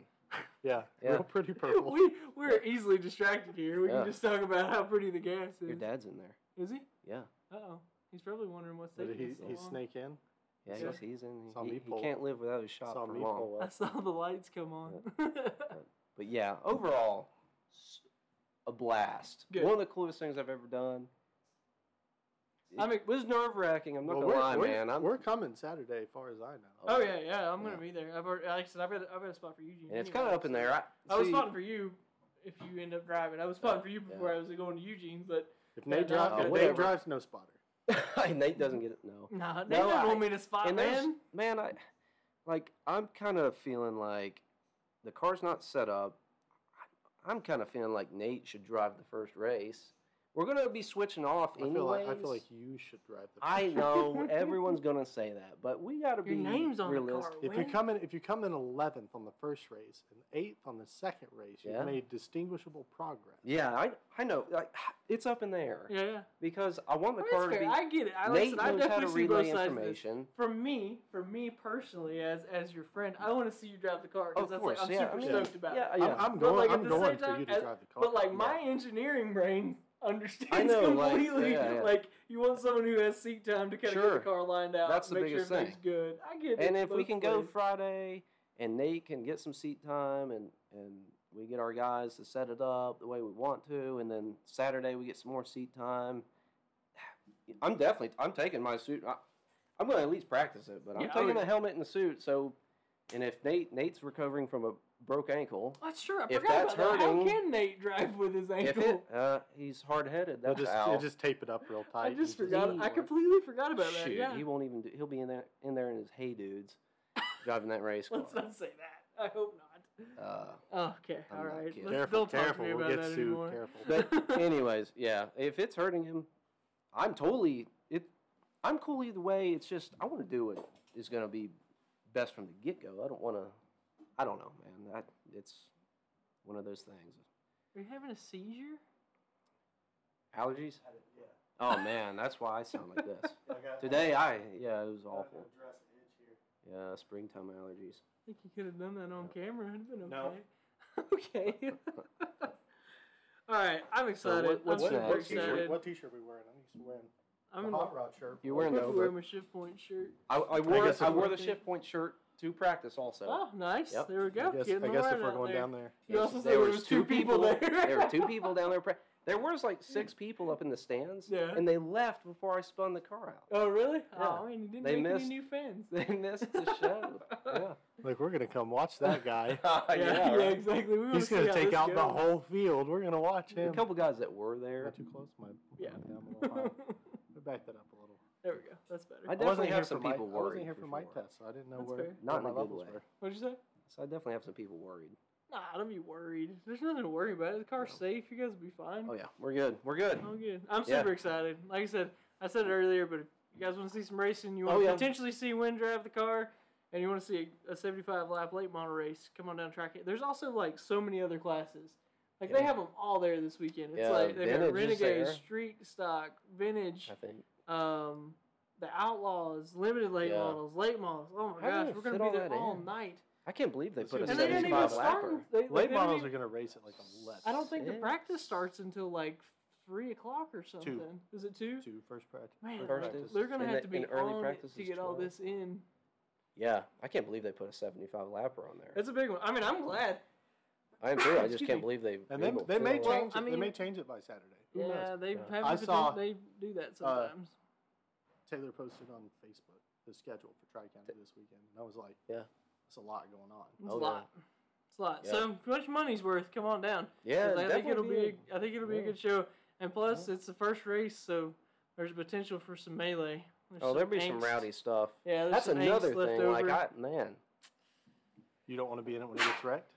[SPEAKER 3] yeah,
[SPEAKER 2] Yeah.
[SPEAKER 3] real pretty purple.
[SPEAKER 1] We we're easily distracted here. We
[SPEAKER 2] Yeah.
[SPEAKER 1] can just talk about how pretty the gas is.
[SPEAKER 2] Your dad's in there.
[SPEAKER 1] Is he?
[SPEAKER 2] Yeah,
[SPEAKER 1] Uh oh. He's probably wondering what's
[SPEAKER 3] Did
[SPEAKER 1] taking
[SPEAKER 3] he,
[SPEAKER 1] us so
[SPEAKER 3] he
[SPEAKER 1] long.
[SPEAKER 3] snake in?
[SPEAKER 2] yeah.
[SPEAKER 1] Saw-
[SPEAKER 2] He's, he's in.
[SPEAKER 3] saw
[SPEAKER 2] he,
[SPEAKER 3] me
[SPEAKER 2] he
[SPEAKER 3] pull-
[SPEAKER 2] can't live without his shop
[SPEAKER 3] Saw
[SPEAKER 2] for
[SPEAKER 3] me
[SPEAKER 2] long.
[SPEAKER 3] pull
[SPEAKER 1] I
[SPEAKER 3] up.
[SPEAKER 1] saw the lights come on.
[SPEAKER 2] But yeah, overall, s- a blast.
[SPEAKER 1] Good.
[SPEAKER 2] One of the coolest things I've ever done. It
[SPEAKER 1] I'm ex-
[SPEAKER 2] was nerve wracking. I'm not
[SPEAKER 3] Well,
[SPEAKER 2] gonna
[SPEAKER 3] we're,
[SPEAKER 2] lie,
[SPEAKER 3] we're,
[SPEAKER 2] man. I'm,
[SPEAKER 3] we're coming Saturday, as far as I know.
[SPEAKER 1] oh yeah, yeah. I'm gonna
[SPEAKER 2] Yeah.
[SPEAKER 1] be there. I've already, like I said, I've got I've got a spot for you. Eugene.
[SPEAKER 2] and it's
[SPEAKER 1] anyway,
[SPEAKER 2] kind of up in
[SPEAKER 1] so-
[SPEAKER 2] there. I,
[SPEAKER 1] I was
[SPEAKER 2] see-
[SPEAKER 1] spotting for you if you end up driving. I was spotting for you before I was going to Eugene, but
[SPEAKER 3] If
[SPEAKER 1] Yeah,
[SPEAKER 3] Nate,
[SPEAKER 1] no,
[SPEAKER 3] drives, if
[SPEAKER 2] whatever.
[SPEAKER 3] Nate drives, no spotter.
[SPEAKER 2] Nate doesn't get it. No.
[SPEAKER 1] nah, they
[SPEAKER 2] No,
[SPEAKER 1] don't
[SPEAKER 2] I-
[SPEAKER 1] want me to spot,
[SPEAKER 2] and there's
[SPEAKER 1] man.
[SPEAKER 2] man, I like. I'm kind of feeling like the car's not set up. I'm kind of feeling like Nate should drive the first race. We're gonna be switching off
[SPEAKER 3] I feel, like,
[SPEAKER 2] anyways.
[SPEAKER 3] I feel like you should drive the.
[SPEAKER 2] I know everyone's gonna say that, but we gotta
[SPEAKER 1] Your
[SPEAKER 2] be
[SPEAKER 1] name's on
[SPEAKER 2] realistic.
[SPEAKER 1] the
[SPEAKER 3] If
[SPEAKER 1] car.
[SPEAKER 3] you
[SPEAKER 1] Wayne.
[SPEAKER 3] come in, if you come in eleventh on the first race and eighth on the second race, you've
[SPEAKER 2] Yeah.
[SPEAKER 3] made distinguishable progress.
[SPEAKER 2] Yeah, I I know. Like, it's up in the air
[SPEAKER 1] yeah, yeah.
[SPEAKER 2] because I want the
[SPEAKER 1] Well,
[SPEAKER 2] car
[SPEAKER 1] that's
[SPEAKER 2] to
[SPEAKER 1] fair.
[SPEAKER 2] be.
[SPEAKER 1] I get it. I,
[SPEAKER 2] Nate
[SPEAKER 1] listen, I
[SPEAKER 2] knows how to
[SPEAKER 1] definitely see both
[SPEAKER 2] relay
[SPEAKER 1] sides. Of this.
[SPEAKER 2] information.
[SPEAKER 1] For me, for me personally, as as your friend, I want to see you drive the car
[SPEAKER 2] Of
[SPEAKER 1] because that's
[SPEAKER 2] course,
[SPEAKER 1] like I'm
[SPEAKER 2] yeah.
[SPEAKER 1] super
[SPEAKER 2] I mean,
[SPEAKER 1] stoked about.
[SPEAKER 2] yeah,
[SPEAKER 1] it.
[SPEAKER 2] yeah.
[SPEAKER 3] I'm, I'm
[SPEAKER 1] But,
[SPEAKER 3] going.
[SPEAKER 1] like, at
[SPEAKER 3] I'm
[SPEAKER 1] the
[SPEAKER 3] going
[SPEAKER 1] same
[SPEAKER 3] for
[SPEAKER 1] time,
[SPEAKER 3] you to
[SPEAKER 1] as-
[SPEAKER 3] drive the car.
[SPEAKER 1] But like
[SPEAKER 3] Yeah.
[SPEAKER 1] my engineering brain understands
[SPEAKER 2] know, like,
[SPEAKER 1] completely.
[SPEAKER 2] yeah, yeah.
[SPEAKER 1] Like you want someone who has seat time to kind of
[SPEAKER 2] Sure.
[SPEAKER 1] get the car lined out.
[SPEAKER 2] That's the
[SPEAKER 1] make
[SPEAKER 2] biggest
[SPEAKER 1] sure everything's Good. I get it.
[SPEAKER 2] And if we
[SPEAKER 1] both
[SPEAKER 2] can go
[SPEAKER 1] ways.
[SPEAKER 2] Friday and Nate can get some seat time and, and we get our guys to set it up the way we want to, and then Saturday we get some more seat time. I'm definitely I'm taking my suit. I, I'm going to at least practice it, but I'm
[SPEAKER 1] Yeah, I
[SPEAKER 2] taking
[SPEAKER 1] would-
[SPEAKER 2] the helmet and the suit. So, and if Nate Nate's recovering from a broke ankle,
[SPEAKER 1] That's true. I
[SPEAKER 2] If
[SPEAKER 1] forgot
[SPEAKER 2] that's
[SPEAKER 1] about
[SPEAKER 2] hurting-
[SPEAKER 1] that. How can Nate drive with his
[SPEAKER 2] if
[SPEAKER 1] ankle?
[SPEAKER 2] it uh, he's hard headed,
[SPEAKER 3] You'll
[SPEAKER 2] that's
[SPEAKER 3] just,
[SPEAKER 2] out.
[SPEAKER 3] you'll just tape it up real tight.
[SPEAKER 1] I
[SPEAKER 3] and
[SPEAKER 1] just forgot. I
[SPEAKER 2] Anyway.
[SPEAKER 1] completely forgot about that.
[SPEAKER 2] Shoot,
[SPEAKER 1] yeah.
[SPEAKER 2] he won't even do. He'll be in there in there in his hey dudes, driving that race car.
[SPEAKER 1] Let's not say that. I hope not.
[SPEAKER 2] Uh,
[SPEAKER 1] Oh, okay.
[SPEAKER 2] I'm
[SPEAKER 1] all
[SPEAKER 2] not
[SPEAKER 1] right.
[SPEAKER 2] kidding.
[SPEAKER 1] Let's,
[SPEAKER 3] Careful,
[SPEAKER 1] don't talk to
[SPEAKER 3] careful.
[SPEAKER 1] me
[SPEAKER 3] We'll
[SPEAKER 1] about
[SPEAKER 3] get
[SPEAKER 1] that
[SPEAKER 3] sued.
[SPEAKER 1] anymore.
[SPEAKER 3] Careful.
[SPEAKER 2] But anyways, yeah, if it's hurting him, I'm totally it. I'm cool either way. It's just I want to do what is going to be best from the get go. I don't want to. I don't know, man. I, it's one of those things.
[SPEAKER 1] Are you having a seizure?
[SPEAKER 2] Allergies. Oh man, that's why I sound like this. Today I yeah, it was awful. Yeah, springtime allergies.
[SPEAKER 1] I think you could have done that on camera. It'd have been
[SPEAKER 3] No.
[SPEAKER 1] okay. okay. all right. I'm excited.
[SPEAKER 2] what- what's
[SPEAKER 1] I'm
[SPEAKER 2] next?
[SPEAKER 1] super
[SPEAKER 2] What t-shirt-
[SPEAKER 1] excited.
[SPEAKER 3] What t-shirt we wearing? I used to wear
[SPEAKER 1] I'm
[SPEAKER 3] a
[SPEAKER 1] in,
[SPEAKER 3] hot rod shirt.
[SPEAKER 2] You're wearing
[SPEAKER 1] I'm
[SPEAKER 2] the
[SPEAKER 1] gonna wear
[SPEAKER 2] over.
[SPEAKER 1] my shift point shirt.
[SPEAKER 2] I, I wore
[SPEAKER 3] guess
[SPEAKER 2] I,
[SPEAKER 3] if
[SPEAKER 2] wore
[SPEAKER 1] we-
[SPEAKER 2] the shift point shirt to practice also.
[SPEAKER 1] Oh, nice.
[SPEAKER 2] Yep.
[SPEAKER 1] There we go.
[SPEAKER 3] I guess,
[SPEAKER 1] Getting
[SPEAKER 3] I
[SPEAKER 1] the
[SPEAKER 3] guess
[SPEAKER 1] word
[SPEAKER 3] if we're
[SPEAKER 1] out
[SPEAKER 3] going
[SPEAKER 1] there.
[SPEAKER 3] down there,
[SPEAKER 1] You also said
[SPEAKER 2] There
[SPEAKER 1] there
[SPEAKER 2] was
[SPEAKER 1] was two people there.
[SPEAKER 2] there were two people down there. Pra- there was like six people up in the stands,
[SPEAKER 1] Yeah.
[SPEAKER 2] and they left before I spun the car out.
[SPEAKER 1] Oh, really?
[SPEAKER 2] Yeah.
[SPEAKER 1] Oh, man, you didn't
[SPEAKER 2] They
[SPEAKER 1] make
[SPEAKER 2] missed-
[SPEAKER 1] any new fans.
[SPEAKER 2] They missed the show. Yeah,
[SPEAKER 3] like we're gonna come watch that guy.
[SPEAKER 2] yeah.
[SPEAKER 1] yeah,
[SPEAKER 2] right.
[SPEAKER 1] exactly. We wanna
[SPEAKER 3] He's gonna
[SPEAKER 1] see how
[SPEAKER 3] take
[SPEAKER 1] this
[SPEAKER 3] out the
[SPEAKER 1] goes.
[SPEAKER 3] whole field. We're gonna watch
[SPEAKER 2] A
[SPEAKER 3] him.
[SPEAKER 2] couple guys that were there.
[SPEAKER 3] Not too close, my.
[SPEAKER 1] Yeah.
[SPEAKER 3] I'm a little high. I back that up a little.
[SPEAKER 1] there we go. That's better.
[SPEAKER 2] I
[SPEAKER 3] I wasn't
[SPEAKER 2] definitely
[SPEAKER 3] here
[SPEAKER 2] have
[SPEAKER 3] for
[SPEAKER 2] some
[SPEAKER 3] my,
[SPEAKER 2] people
[SPEAKER 3] I
[SPEAKER 2] worried.
[SPEAKER 3] wasn't here for, my
[SPEAKER 2] sure.
[SPEAKER 3] test, so I didn't know
[SPEAKER 1] That's
[SPEAKER 3] where.
[SPEAKER 1] fair.
[SPEAKER 2] Not
[SPEAKER 3] what
[SPEAKER 2] in
[SPEAKER 3] my
[SPEAKER 2] a good
[SPEAKER 3] levels
[SPEAKER 2] way.
[SPEAKER 3] were.
[SPEAKER 1] What'd you say?
[SPEAKER 2] So I definitely have some people worried.
[SPEAKER 1] Nah, don't be worried. There's nothing to worry about. The car's safe. You guys will be fine.
[SPEAKER 2] Oh yeah, we're good. We're good.
[SPEAKER 1] I'm good. I'm
[SPEAKER 2] Yeah.
[SPEAKER 1] super excited. Like I said, I said it earlier, but if you guys want to see some racing, you want
[SPEAKER 2] Oh,
[SPEAKER 1] to
[SPEAKER 2] yeah.
[SPEAKER 1] potentially see Wynn drive the car, and you want to see a, a 75 lap late model race, come on down track. it. There's also like so many other classes. Like they
[SPEAKER 2] Yeah.
[SPEAKER 1] have them all there this weekend. It's
[SPEAKER 2] Yeah,
[SPEAKER 1] like they got
[SPEAKER 2] Vintage is
[SPEAKER 1] Renegade,
[SPEAKER 2] there.
[SPEAKER 1] Street Stock, Vintage,
[SPEAKER 2] I think.
[SPEAKER 1] um, the Outlaws, Limited Late
[SPEAKER 2] Yeah.
[SPEAKER 1] Models, Late Models. Oh my
[SPEAKER 2] How do they
[SPEAKER 1] gosh, we're gonna
[SPEAKER 2] fit
[SPEAKER 1] be
[SPEAKER 2] all
[SPEAKER 1] there
[SPEAKER 2] that
[SPEAKER 1] all
[SPEAKER 2] in?
[SPEAKER 1] night.
[SPEAKER 2] I can't believe they
[SPEAKER 3] It's
[SPEAKER 2] put a
[SPEAKER 3] But
[SPEAKER 1] and they didn't even
[SPEAKER 2] 75
[SPEAKER 1] start.
[SPEAKER 2] lapper.
[SPEAKER 1] They, they
[SPEAKER 3] Late
[SPEAKER 1] didn't
[SPEAKER 3] models
[SPEAKER 1] even-
[SPEAKER 3] are gonna race at like eleven.
[SPEAKER 1] I don't think the
[SPEAKER 2] Six.
[SPEAKER 1] practice starts until like three o'clock or something. Is it two?
[SPEAKER 3] Two first practice.
[SPEAKER 1] Man,
[SPEAKER 3] first
[SPEAKER 2] First
[SPEAKER 3] practice.
[SPEAKER 2] is-
[SPEAKER 1] They're gonna
[SPEAKER 2] And
[SPEAKER 1] have
[SPEAKER 2] the-
[SPEAKER 1] to be
[SPEAKER 2] and early
[SPEAKER 1] early on
[SPEAKER 2] practice
[SPEAKER 1] to
[SPEAKER 2] is
[SPEAKER 1] get all
[SPEAKER 2] 12.
[SPEAKER 1] this in.
[SPEAKER 2] Yeah, I can't believe they put a 75 lapper on there.
[SPEAKER 1] It's a big one. I mean, I'm glad.
[SPEAKER 2] I am too. I just
[SPEAKER 1] Excuse
[SPEAKER 2] can't
[SPEAKER 1] me.
[SPEAKER 2] believe they.
[SPEAKER 3] And they,
[SPEAKER 2] Eagle
[SPEAKER 3] they may
[SPEAKER 2] filled up.
[SPEAKER 1] Well,
[SPEAKER 3] change.
[SPEAKER 1] I
[SPEAKER 3] it, they may
[SPEAKER 1] mean-
[SPEAKER 3] change it by Saturday. Who
[SPEAKER 1] Yeah,
[SPEAKER 3] knows?
[SPEAKER 1] they
[SPEAKER 2] Yeah.
[SPEAKER 1] have
[SPEAKER 3] I
[SPEAKER 1] I Uh,
[SPEAKER 3] saw-
[SPEAKER 1] they do that sometimes.
[SPEAKER 3] Taylor posted on Facebook the schedule for Tri County this weekend, and I was like,
[SPEAKER 2] Yeah.
[SPEAKER 3] it's a lot going on."
[SPEAKER 1] it's a
[SPEAKER 2] oh, yeah.
[SPEAKER 1] lot. It's a lot.
[SPEAKER 2] Yeah.
[SPEAKER 1] So much money's worth. Come on down. 'Cause
[SPEAKER 2] Yeah,
[SPEAKER 1] I think it'll
[SPEAKER 2] definitely
[SPEAKER 1] be. A, I think it'll be a
[SPEAKER 2] yeah.
[SPEAKER 1] good show. And plus, it's the first race, so there's potential for some melee. There's
[SPEAKER 2] Oh, there'll be some
[SPEAKER 1] angst.
[SPEAKER 2] rowdy stuff.
[SPEAKER 1] Yeah, there's
[SPEAKER 2] That's
[SPEAKER 1] some angst
[SPEAKER 2] another
[SPEAKER 1] left
[SPEAKER 2] thing.
[SPEAKER 1] Over.
[SPEAKER 2] Like I man,
[SPEAKER 3] You don't want to be in it when it gets wrecked.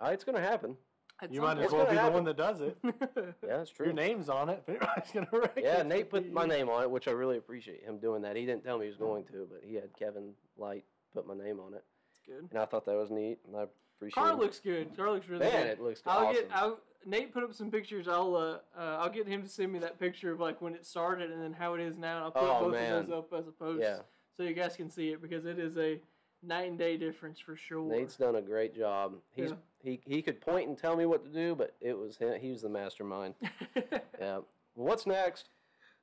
[SPEAKER 2] uh, it's gonna happen.
[SPEAKER 1] At
[SPEAKER 3] you
[SPEAKER 1] some
[SPEAKER 3] might as
[SPEAKER 2] It's
[SPEAKER 3] well
[SPEAKER 2] gonna
[SPEAKER 3] be the
[SPEAKER 2] happen.
[SPEAKER 3] one that does it.
[SPEAKER 2] Yeah, it's true.
[SPEAKER 3] Your name's on it. If anybody's gonna wreck
[SPEAKER 2] yeah,
[SPEAKER 3] it,
[SPEAKER 2] Nate put my name on it, which I really appreciate him doing that. He didn't tell me he was going to, but he had Kevin Light put my name on it,
[SPEAKER 1] It's good.
[SPEAKER 2] and I thought that was neat, and I appreciate.
[SPEAKER 1] Car
[SPEAKER 2] it.
[SPEAKER 1] looks good. Car looks really
[SPEAKER 2] Man,
[SPEAKER 1] good.
[SPEAKER 2] it looks
[SPEAKER 1] I'll
[SPEAKER 2] awesome.
[SPEAKER 1] get I'll, Nate put up some pictures. I'll uh, uh, I'll get him to send me that picture of like when it started and then how it is now. And I'll put
[SPEAKER 2] Oh,
[SPEAKER 1] both
[SPEAKER 2] man.
[SPEAKER 1] of those up as a post
[SPEAKER 2] yeah,
[SPEAKER 1] so you guys can see it because it is a night and day difference for sure.
[SPEAKER 2] Nate's done a great job. He's
[SPEAKER 1] Yeah.
[SPEAKER 2] he he could point and tell me what to do, but it was him. He was the mastermind. Yeah. What's next?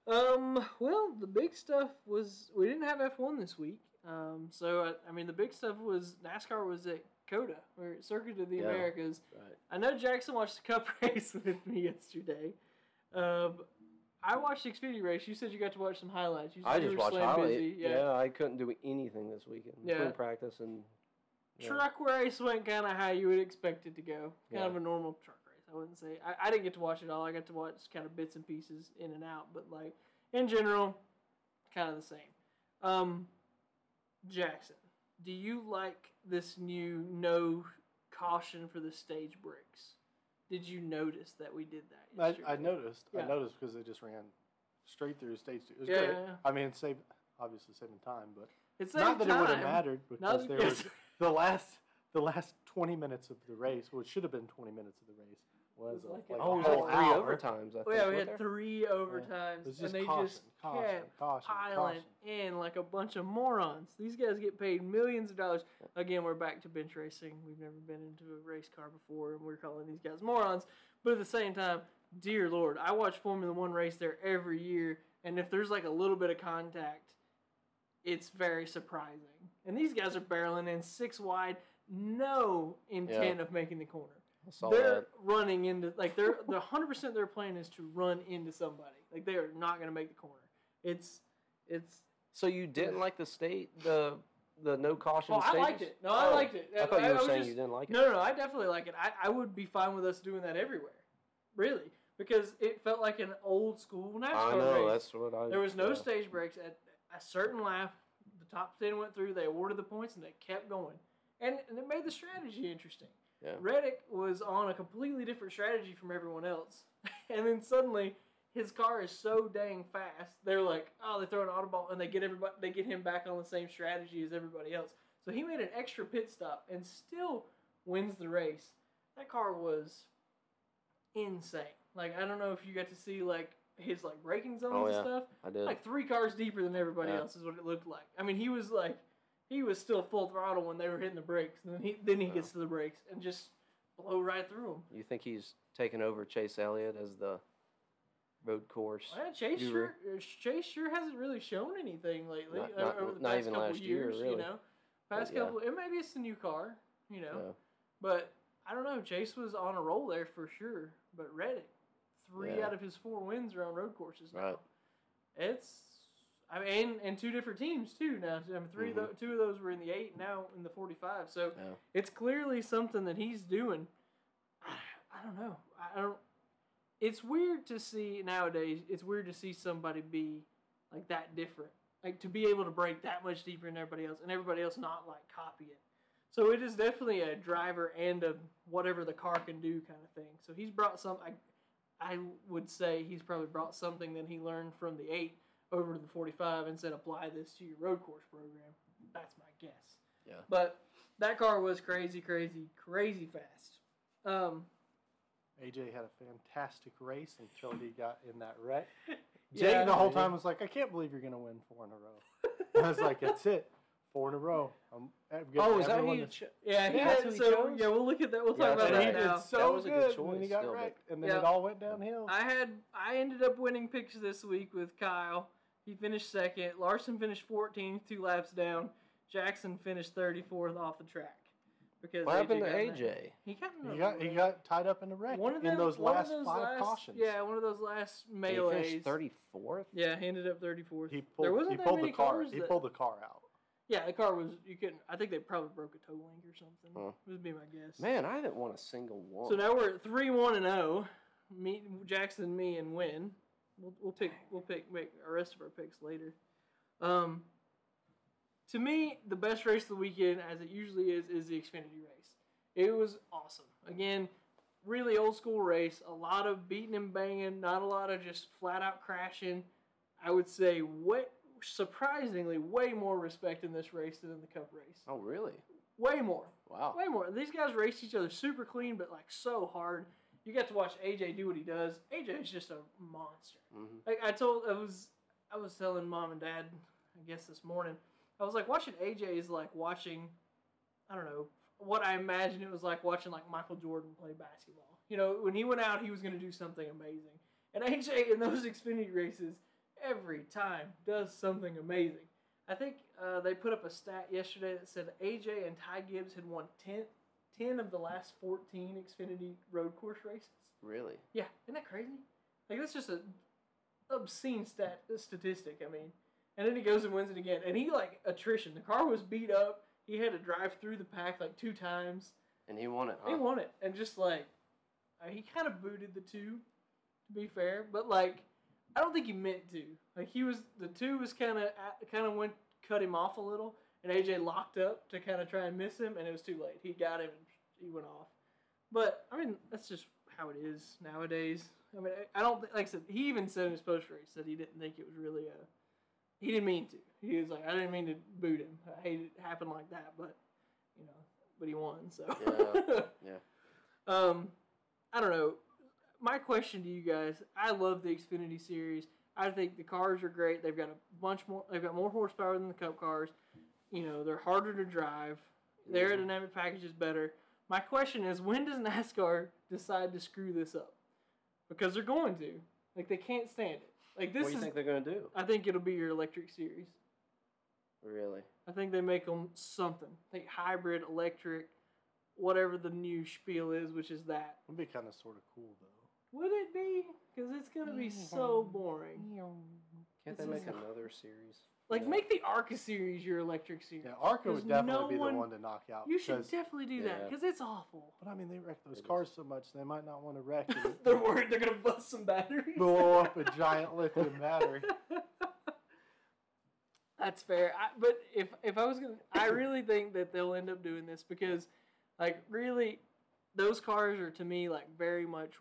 [SPEAKER 1] um. Well, the big stuff was we didn't have F one this week. Um. So I, I mean, the big stuff was NASCAR was at Coda or Circuit of the
[SPEAKER 2] Yeah.
[SPEAKER 1] Americas.
[SPEAKER 2] Right.
[SPEAKER 1] I know Jackson watched the Cup race with me yesterday. Um, I watched the Xfinity race. You said you got to watch some highlights. You said
[SPEAKER 2] I
[SPEAKER 1] you
[SPEAKER 2] just
[SPEAKER 1] were
[SPEAKER 2] watched
[SPEAKER 1] slam
[SPEAKER 2] highlight.
[SPEAKER 1] busy.
[SPEAKER 2] Yeah. I couldn't do anything this weekend
[SPEAKER 1] Yeah.
[SPEAKER 2] between practice and yeah.
[SPEAKER 1] Truck race went kind of how you would expect it to go. Kind of a normal truck race. I wouldn't say. I, I didn't get to watch it all. I got to watch kind of bits and pieces in and out. But like in general, kind of the same. Um, Jackson, do you like this new no caution for the stage breaks? Did you notice that we did that?
[SPEAKER 3] I, I
[SPEAKER 1] yesterday?
[SPEAKER 3] noticed.
[SPEAKER 1] Yeah.
[SPEAKER 3] I noticed because they just ran straight through stage two. It was
[SPEAKER 1] Yeah,
[SPEAKER 3] great.
[SPEAKER 1] yeah, yeah.
[SPEAKER 3] I mean, it saved obviously saving time, but
[SPEAKER 1] It's
[SPEAKER 3] not that
[SPEAKER 1] time.
[SPEAKER 3] it would have mattered
[SPEAKER 1] Not
[SPEAKER 3] because
[SPEAKER 1] that-
[SPEAKER 3] there
[SPEAKER 1] yes.
[SPEAKER 3] was the last the last twenty minutes of the race, which should have been twenty minutes of the race, was,
[SPEAKER 1] It was like
[SPEAKER 3] like,
[SPEAKER 1] an
[SPEAKER 3] a
[SPEAKER 2] Oh, it was
[SPEAKER 3] whole
[SPEAKER 2] like three
[SPEAKER 3] hour.
[SPEAKER 2] overtimes. I think.
[SPEAKER 1] Well, yeah, we
[SPEAKER 2] wasn't
[SPEAKER 1] had
[SPEAKER 2] there?
[SPEAKER 1] three overtimes,
[SPEAKER 3] It was
[SPEAKER 1] and
[SPEAKER 3] just
[SPEAKER 1] they
[SPEAKER 3] caution,
[SPEAKER 1] just
[SPEAKER 3] caution,
[SPEAKER 1] kept
[SPEAKER 3] caution,
[SPEAKER 1] piling
[SPEAKER 3] caution.
[SPEAKER 1] in like a bunch of morons. These guys get paid millions of dollars. Again, we're back to bench racing. We've never been into a race car before, and we're calling these guys morons. But at the same time, dear Lord, I watch Formula One race there every year, and if there's like a little bit of contact, it's very surprising. And these guys are barreling in six wide, no intent of making the corner
[SPEAKER 2] I saw
[SPEAKER 1] they're
[SPEAKER 2] that.
[SPEAKER 1] running into like they're the hundred percent their plan is to run into somebody. Like they are not going to make the corner. It's it's.
[SPEAKER 2] So you didn't like the state the the no caution.
[SPEAKER 1] Oh, I
[SPEAKER 2] stages?
[SPEAKER 1] liked it. No, I
[SPEAKER 2] Oh,
[SPEAKER 1] liked it.
[SPEAKER 2] I thought you were
[SPEAKER 1] was
[SPEAKER 2] saying
[SPEAKER 1] just-
[SPEAKER 2] you didn't like it.
[SPEAKER 1] No, no, no, I definitely like it. I, I would be fine with us doing that everywhere, really, because it felt like an old school NASCAR
[SPEAKER 2] I know
[SPEAKER 1] race.
[SPEAKER 2] that's what I.
[SPEAKER 1] There was no
[SPEAKER 2] yeah.
[SPEAKER 1] stage breaks at a certain lap. The top ten went through. They awarded the points, and they kept going, and, and it made the strategy interesting.
[SPEAKER 2] Yeah.
[SPEAKER 1] Reddick was on a completely different strategy from everyone else, and then suddenly his car is so dang fast. They're like, oh, they throw an auto ball, and they get everybody. They get him back on the same strategy as everybody else. So he made an extra pit stop and still wins the race. That car was insane. Like I don't know if you got to see like his like braking zones
[SPEAKER 2] Oh, yeah.
[SPEAKER 1] and stuff
[SPEAKER 2] I did.
[SPEAKER 1] like three cars deeper than everybody
[SPEAKER 2] Yeah.
[SPEAKER 1] else is what it looked like. I mean, he was like, he was still full throttle when they were hitting the brakes, and then he then he
[SPEAKER 2] Yeah.
[SPEAKER 1] gets to the brakes and just blow right through them.
[SPEAKER 2] You think he's taking over Chase Elliott as the road course?
[SPEAKER 1] Well, Chase
[SPEAKER 2] You
[SPEAKER 1] sure uh, Chase sure hasn't really shown anything lately.
[SPEAKER 2] Not-
[SPEAKER 1] uh,
[SPEAKER 2] not-
[SPEAKER 1] over the
[SPEAKER 2] not
[SPEAKER 1] past
[SPEAKER 2] even
[SPEAKER 1] couple
[SPEAKER 2] last year,
[SPEAKER 1] years, you
[SPEAKER 2] really.
[SPEAKER 1] know. Past
[SPEAKER 2] yeah.
[SPEAKER 1] couple, and maybe it's the new car, you know.
[SPEAKER 2] Yeah.
[SPEAKER 1] But I don't know. Chase was on a roll there for sure. But Reddick, three
[SPEAKER 2] Yeah.
[SPEAKER 1] out of his four wins are on road courses now.
[SPEAKER 2] Right.
[SPEAKER 1] It's I mean, and, and two different teams too now. I mean, 3 of tho- two of those were in the eight, now in the forty-five. So
[SPEAKER 2] Yeah.
[SPEAKER 1] it's clearly something that he's doing. I, I don't know. I don't. It's weird to see nowadays. It's weird to see somebody be like that different, like to be able to break that much deeper than everybody else, and everybody else not like copy it. So it is definitely a driver and a whatever the car can do kind of thing. So he's brought some. I, I would say he's probably brought something that he learned from the eight over to the forty-five and said apply this to your road course program. That's my guess.
[SPEAKER 2] Yeah.
[SPEAKER 1] But that car was crazy, crazy, crazy fast. Um,
[SPEAKER 3] AJ had a fantastic race until he got in that wreck. Jay the whole time was like, I can't believe you're going to win four in a row. I was like, that's it. Four in a time. I'm eh, good.
[SPEAKER 2] Oh, is that who
[SPEAKER 3] everyone
[SPEAKER 2] you?
[SPEAKER 3] that's-
[SPEAKER 2] Ch-
[SPEAKER 1] Yeah, he
[SPEAKER 3] Yeah,
[SPEAKER 1] had-
[SPEAKER 2] that's who he
[SPEAKER 1] so
[SPEAKER 2] chose?
[SPEAKER 1] yeah, we'll look at that. We'll
[SPEAKER 2] Yeah,
[SPEAKER 1] talk about
[SPEAKER 2] that's
[SPEAKER 1] that
[SPEAKER 2] right.
[SPEAKER 3] He
[SPEAKER 1] now.
[SPEAKER 3] did so
[SPEAKER 2] That was a good
[SPEAKER 3] good when he
[SPEAKER 2] choice,
[SPEAKER 3] got
[SPEAKER 2] still, but-
[SPEAKER 3] wrecked, and then
[SPEAKER 1] Yeah.
[SPEAKER 3] it all went downhill.
[SPEAKER 1] I had I ended up winning picks this week with Kyle. He finished second. Larson finished 14th, two laps down. Jackson finished 34th off the track because
[SPEAKER 2] what happened to
[SPEAKER 1] got in that-
[SPEAKER 2] AJ?
[SPEAKER 1] He got in
[SPEAKER 3] He
[SPEAKER 1] a
[SPEAKER 3] got, he
[SPEAKER 1] wreck.
[SPEAKER 3] got tied up in a wreck
[SPEAKER 1] one of
[SPEAKER 3] in
[SPEAKER 1] them-
[SPEAKER 3] those
[SPEAKER 1] one of
[SPEAKER 3] last
[SPEAKER 1] those
[SPEAKER 3] five
[SPEAKER 1] last-
[SPEAKER 3] cautions.
[SPEAKER 1] Yeah, one of those last
[SPEAKER 2] He
[SPEAKER 1] melees.
[SPEAKER 2] finished thirty fourth.
[SPEAKER 1] Yeah, he ended up 34th.
[SPEAKER 3] He
[SPEAKER 1] there
[SPEAKER 3] pulled,
[SPEAKER 1] wasn't
[SPEAKER 3] he
[SPEAKER 1] that
[SPEAKER 3] pulled the
[SPEAKER 1] many
[SPEAKER 3] car.
[SPEAKER 1] cars
[SPEAKER 3] He
[SPEAKER 1] that-
[SPEAKER 3] pulled the car out.
[SPEAKER 1] Yeah, the car was you couldn't. I think they probably broke a toe link or something.
[SPEAKER 2] Huh.
[SPEAKER 1] Would be my guess.
[SPEAKER 2] Man, I haven't won a single one.
[SPEAKER 1] So now we're at three one and zero. Me, Jackson, me, and Win. We'll, we'll pick. We'll pick. Make our rest of our picks later. Um. To me, the best race of the weekend, as it usually is, is the Xfinity race. It was awesome. Again, really old school race. A lot of beating and banging. Not a lot of just flat out crashing. I would say wet surprisingly way more respect in this race than in the Cup race.
[SPEAKER 2] Oh, really?
[SPEAKER 1] Way more.
[SPEAKER 2] Wow.
[SPEAKER 1] Way more. These guys race each other super clean, but like so hard. You get to watch AJ do what he does. AJ is just a monster.
[SPEAKER 2] hmm
[SPEAKER 1] Like I told, I was, I was telling mom and dad, I guess this morning, I was like watching AJ is like watching, I don't know what I imagine it was like watching like Michael Jordan play basketball. You know, when he went out, he was going to do something amazing, and AJ in those Xfinity races every time does something amazing. I think uh, they put up a stat yesterday that said AJ and Ty Gibbs had won 10, 10 of the last 14 Xfinity road course races.
[SPEAKER 2] Really?
[SPEAKER 1] Yeah, isn't that crazy? Like that's just a obscene stat statistic. I mean, and then he goes and wins it again, and he like attrition. The car was beat up. He had to drive through the pack like two times.
[SPEAKER 2] And he won it, huh?
[SPEAKER 1] He won it, and just like uh, he kind of booted the two, to be fair. But like, I don't think he meant to. Like he was the two was kind of kind of went cut him off a little, and AJ locked up to kind of try and miss him, and it was too late. He got him, and he went off. But I mean, that's just how it is nowadays. I mean, I I don't thi- like I said. He even said in his post race that he didn't think it was really a. He didn't mean to. He was like, I didn't mean to boot him. I hate it happened like that, but you know, but he won. So
[SPEAKER 2] Yeah, yeah.
[SPEAKER 1] Um, I don't know. My question to you guys: I love the Xfinity series. I think the cars are great. They've got a bunch more. They've got more horsepower than the Cup cars. You know, they're harder to drive. Their
[SPEAKER 2] Mhm.
[SPEAKER 1] aerodynamic package is better. My question is, when does NASCAR decide to screw this up? Because they're going to. Like they can't stand it. Like this
[SPEAKER 2] what do you
[SPEAKER 1] is.
[SPEAKER 2] think they're gonna do?
[SPEAKER 1] I think it'll be your electric series.
[SPEAKER 2] Really?
[SPEAKER 1] I think they make them something. Like hybrid, electric, whatever the new spiel is, which is that.
[SPEAKER 3] It'd be kind of sort of cool though.
[SPEAKER 1] Would it be? Because it's gonna be so boring.
[SPEAKER 2] Can't
[SPEAKER 1] This
[SPEAKER 2] they make
[SPEAKER 1] is-
[SPEAKER 2] another series?
[SPEAKER 1] Like
[SPEAKER 2] Yeah.
[SPEAKER 1] make the Arca series your electric series.
[SPEAKER 3] Yeah, Arca
[SPEAKER 1] There's
[SPEAKER 3] would definitely
[SPEAKER 1] no
[SPEAKER 3] be the
[SPEAKER 1] one-
[SPEAKER 3] one to knock out.
[SPEAKER 1] you should
[SPEAKER 3] because-
[SPEAKER 1] definitely do that
[SPEAKER 2] Yeah.
[SPEAKER 1] because it's awful.
[SPEAKER 3] But I mean, they wreck those
[SPEAKER 2] It is.
[SPEAKER 3] cars so much they might not want to wreck it.
[SPEAKER 1] they're worried they're gonna bust some batteries.
[SPEAKER 3] blow up a giant lithium battery.
[SPEAKER 1] That's fair. I, but if if I was gonna, I really think that they'll end up doing this because, like, really, those cars are to me like very much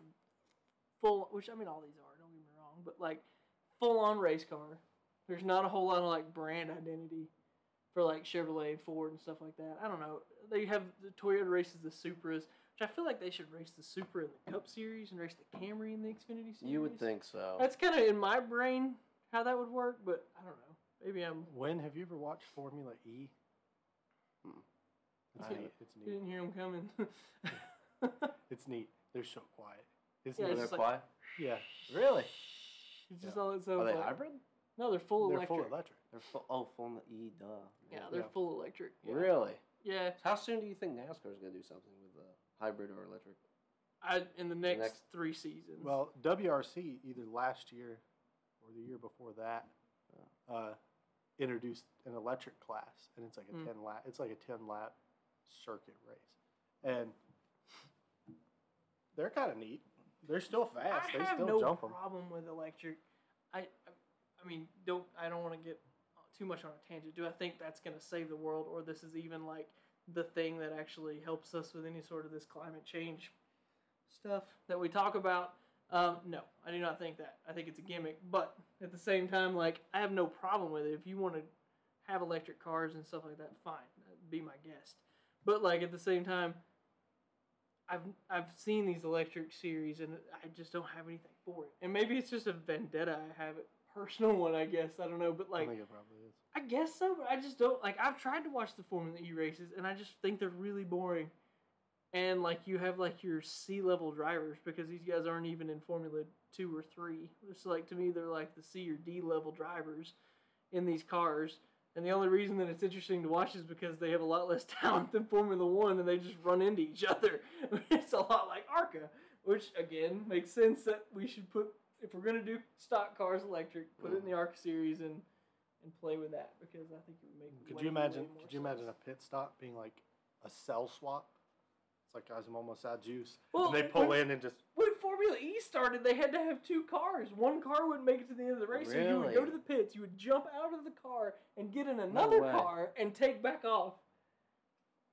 [SPEAKER 1] full. Which I mean, all these are. Don't get me wrong, but like full on race car. There's not a whole lot of like brand identity for like Chevrolet and Ford and stuff like that. I don't know. They have the Toyota races the Supras, which I feel like they should race the Supra in the Cup Series and race the Camry in the Xfinity Series.
[SPEAKER 2] You would think so.
[SPEAKER 1] That's kind of in my brain how that would work, but I don't know. Maybe I'm.
[SPEAKER 3] When have you ever watched Formula E? Hmm.
[SPEAKER 2] Mm.
[SPEAKER 3] It's
[SPEAKER 2] I
[SPEAKER 3] neat.
[SPEAKER 2] haven't.
[SPEAKER 3] It's
[SPEAKER 1] You
[SPEAKER 3] neat.
[SPEAKER 1] didn't hear him coming.
[SPEAKER 3] It's neat. They're so quiet. It's
[SPEAKER 1] Yeah,
[SPEAKER 2] Are
[SPEAKER 1] it's
[SPEAKER 3] neat.
[SPEAKER 2] they
[SPEAKER 1] just like-
[SPEAKER 2] quiet?
[SPEAKER 3] yeah,
[SPEAKER 2] Really?
[SPEAKER 1] it's just all it sounds
[SPEAKER 2] Are they
[SPEAKER 1] like.
[SPEAKER 2] hybrid?
[SPEAKER 1] No, they're full
[SPEAKER 3] they're
[SPEAKER 1] electric.
[SPEAKER 3] full electric.
[SPEAKER 2] They're full. Oh, full the E. Duh.
[SPEAKER 1] Yeah,
[SPEAKER 2] Yeah.
[SPEAKER 1] they're
[SPEAKER 3] Yeah.
[SPEAKER 1] full electric. Yeah.
[SPEAKER 2] Really?
[SPEAKER 1] Yeah.
[SPEAKER 2] How soon do you think NASCAR's gonna do something with uh, hybrid or electric?
[SPEAKER 1] I in the next,
[SPEAKER 2] next-
[SPEAKER 1] three seasons.
[SPEAKER 3] Well, WRC either last year or the year before that uh, introduced an electric class, and it's like a
[SPEAKER 1] Mm.
[SPEAKER 3] ten lap. It's like a ten lap circuit race, and they're kind of neat. They're still fast.
[SPEAKER 1] I
[SPEAKER 3] they
[SPEAKER 1] have
[SPEAKER 3] still
[SPEAKER 1] no
[SPEAKER 3] jump 'em.
[SPEAKER 1] problem with electric. I, I, I mean, don't I don't want to get too much on a tangent. Do I think that's going to save the world, or this is even like the thing that actually helps us with any sort of this climate change stuff that we talk about? Um, no, I do not think that. I think it's a gimmick, but at the same time, like I have no problem with it. If you want to have electric cars and stuff like that, fine, uh, be my guest. But like at the same time, I've I've seen these electric series and I just don't have anything for it. And maybe it's just a vendetta I have, a personal one, I guess. I don't know, but
[SPEAKER 3] I
[SPEAKER 1] like
[SPEAKER 3] think it probably is.
[SPEAKER 1] I guess so, but I just don't like. I've tried to watch the Formula E races, and I just think they're really boring. And like you have like your C level drivers because these guys aren't even in Formula Two or Three. It's like to me they're like the C or D level drivers in these cars. And the only reason that it's interesting to watch is because they have a lot less talent than Formula One, and they just run into each other. it's a lot like Arca, which again makes sense that we should put if we're gonna do stock cars electric, put it in the Arca series and and play with that because I think it would make.
[SPEAKER 3] Could
[SPEAKER 1] way,
[SPEAKER 3] you imagine?
[SPEAKER 1] way more
[SPEAKER 3] Could you
[SPEAKER 1] sense.
[SPEAKER 3] imagine a pit stop being like a cell swap? It's like guys, I'm almost out of juice.
[SPEAKER 1] Well,
[SPEAKER 3] and they pull
[SPEAKER 1] when-
[SPEAKER 3] in and just
[SPEAKER 1] When Formula E started, they had to have two cars. One car wouldn't make it to the end of the race, so you would go
[SPEAKER 2] Really?
[SPEAKER 1] to the pits. You would jump out of the car and get in another
[SPEAKER 2] way.
[SPEAKER 1] car and take back off.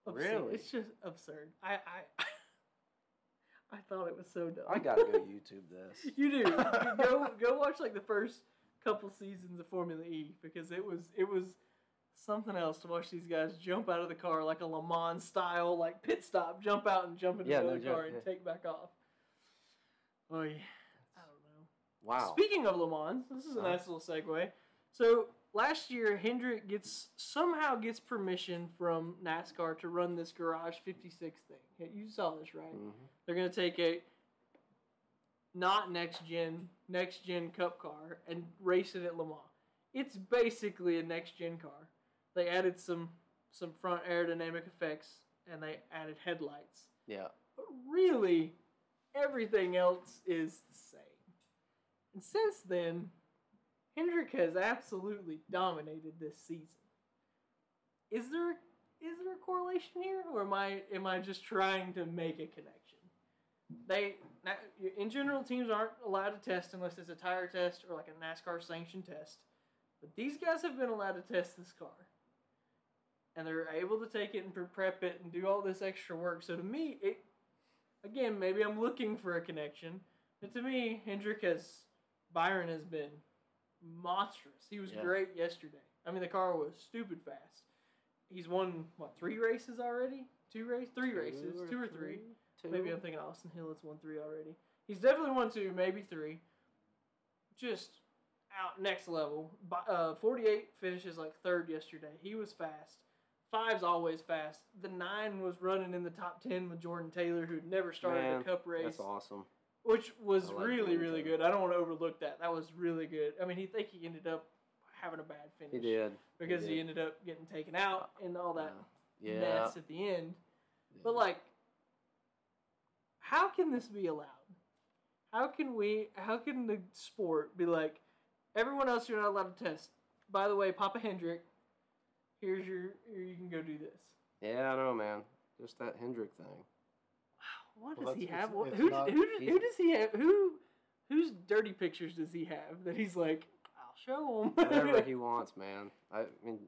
[SPEAKER 1] Absurd.
[SPEAKER 2] Really?
[SPEAKER 1] it's just absurd. I I I thought it was so dumb.
[SPEAKER 2] I gotta go YouTube this.
[SPEAKER 1] you do go go watch like the first couple seasons of Formula E because it was it was something else to watch these guys jump out of the car like a Le Mans style, like pit stop, jump out and jump into
[SPEAKER 2] Yeah, no
[SPEAKER 1] another
[SPEAKER 2] joke,
[SPEAKER 1] car and
[SPEAKER 2] yeah.
[SPEAKER 1] take back off. Oh yeah, I don't know.
[SPEAKER 2] Wow.
[SPEAKER 1] Speaking of Le Mans, this is a
[SPEAKER 2] Huh?
[SPEAKER 1] nice little segue. So last year, Hendrick gets somehow gets permission from NASCAR to run this Garage 56 thing. Yeah, You saw this, right?
[SPEAKER 2] Mhm.
[SPEAKER 1] They're gonna take a not next gen, next gen Cup car and race it at Le Mans. It's basically a next gen car. They added some some front aerodynamic effects and they added headlights.
[SPEAKER 2] Yeah.
[SPEAKER 1] But really, everything else is the same. And since then, Hendrick has absolutely dominated this season. Is there is there a correlation here, or am I am I just trying to make a connection? They now, in general teams aren't allowed to test unless it's a tire test or like a NASCAR sanctioned test. But these guys have been allowed to test this car and they're able to take it and pre- prep it and do all this extra work. So to me, it again maybe I'm looking for a connection, but to me, Hendrick has Byron has been monstrous. He was
[SPEAKER 2] Yeah.
[SPEAKER 1] great yesterday. I mean, the car was stupid fast. He's won what three races already? Two races? Three races? Two or three?
[SPEAKER 2] Two.
[SPEAKER 1] Maybe I'm thinking Austin Hill has won three already. He's definitely won two, maybe three. Just out next level. By, uh, 48 finishes like third yesterday. He was fast. Five's always fast. The nine was running in the top 10 with Jordan Taylor, who'd never started
[SPEAKER 2] Man,
[SPEAKER 1] a cup race,
[SPEAKER 2] That's awesome.
[SPEAKER 1] which was
[SPEAKER 2] I like
[SPEAKER 1] really,
[SPEAKER 2] Jordan
[SPEAKER 1] really
[SPEAKER 2] Taylor.
[SPEAKER 1] good. I don't want to overlook that. That was really good. I mean, he think he ended up having a bad finish
[SPEAKER 2] He did.
[SPEAKER 1] because he,
[SPEAKER 2] did.
[SPEAKER 1] ended up getting taken out and all that
[SPEAKER 2] Yeah. Yeah.
[SPEAKER 1] mess at the end.
[SPEAKER 2] Yeah.
[SPEAKER 1] But like, how can this be allowed? How can we? How can the sport be like? Everyone else, you're not allowed to test. By the way, Papa Hendrick, here's your. Here you can go do this.
[SPEAKER 2] yeah, I know, man. Just that Hendrick thing.
[SPEAKER 1] What does
[SPEAKER 3] Well,
[SPEAKER 1] he
[SPEAKER 3] that's-
[SPEAKER 1] have?
[SPEAKER 3] it's-
[SPEAKER 1] What,
[SPEAKER 3] it's
[SPEAKER 1] who,
[SPEAKER 3] not-
[SPEAKER 1] who, who,
[SPEAKER 2] he's-
[SPEAKER 1] does he have? Who, whose dirty pictures does he have that he's like? I'll show him.
[SPEAKER 2] Whatever he wants, man. I mean,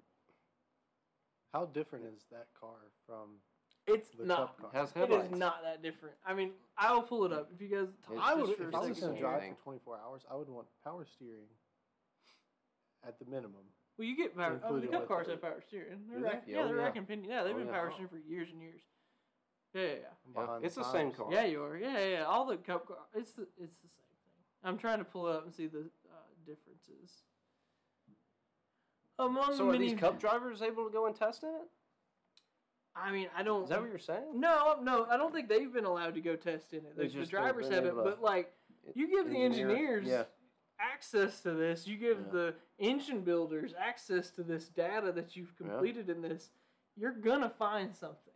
[SPEAKER 3] How different is that car from
[SPEAKER 1] it's
[SPEAKER 3] the
[SPEAKER 1] not.
[SPEAKER 3] cup car?
[SPEAKER 2] has
[SPEAKER 1] It is
[SPEAKER 2] headlights.
[SPEAKER 1] not that different. I mean, I will pull it up if you guys. Talk
[SPEAKER 2] It's
[SPEAKER 3] I
[SPEAKER 1] just
[SPEAKER 3] would,
[SPEAKER 1] for a
[SPEAKER 3] if I was
[SPEAKER 1] second.
[SPEAKER 3] going to drive
[SPEAKER 2] thing.
[SPEAKER 3] for 24 hours, I would want power steering at the minimum.
[SPEAKER 1] Well, you get power. Oh, the
[SPEAKER 3] Included
[SPEAKER 1] cup
[SPEAKER 3] with
[SPEAKER 1] cars
[SPEAKER 3] it.
[SPEAKER 1] have power steering. They're
[SPEAKER 2] Do they?
[SPEAKER 1] rack,
[SPEAKER 2] Yeah,
[SPEAKER 1] yeah,
[SPEAKER 2] oh,
[SPEAKER 1] they're
[SPEAKER 2] yeah.
[SPEAKER 1] rack and pinion. Yeah, they've
[SPEAKER 2] Oh,
[SPEAKER 1] been
[SPEAKER 2] yeah.
[SPEAKER 1] power
[SPEAKER 2] Oh.
[SPEAKER 1] steering for years and years. Yeah, yeah, yeah.
[SPEAKER 3] I'm
[SPEAKER 2] Yeah,
[SPEAKER 3] behind
[SPEAKER 2] it's the same
[SPEAKER 3] times.
[SPEAKER 2] car.
[SPEAKER 1] yeah, you are. Yeah, yeah, yeah. All the cup car. It's the it's the same thing. I'm trying to pull up and see the uh, differences. Among
[SPEAKER 2] So
[SPEAKER 1] the
[SPEAKER 2] are
[SPEAKER 1] many,
[SPEAKER 2] these cup drivers able to go and test in it?
[SPEAKER 1] I mean, I don't.
[SPEAKER 2] Is that what you're saying?
[SPEAKER 1] No, no, I don't think they've been allowed to go test in it.
[SPEAKER 2] They
[SPEAKER 1] The, the
[SPEAKER 2] just don't
[SPEAKER 1] drivers
[SPEAKER 2] been
[SPEAKER 1] haven't,
[SPEAKER 2] able to-
[SPEAKER 1] but like you give the
[SPEAKER 2] Engineer-
[SPEAKER 1] engineers
[SPEAKER 2] yeah.
[SPEAKER 1] access to this, you give
[SPEAKER 2] Yeah.
[SPEAKER 1] the engine builders access to this data that you've
[SPEAKER 2] Yeah.
[SPEAKER 1] completed in this, you're gonna find something.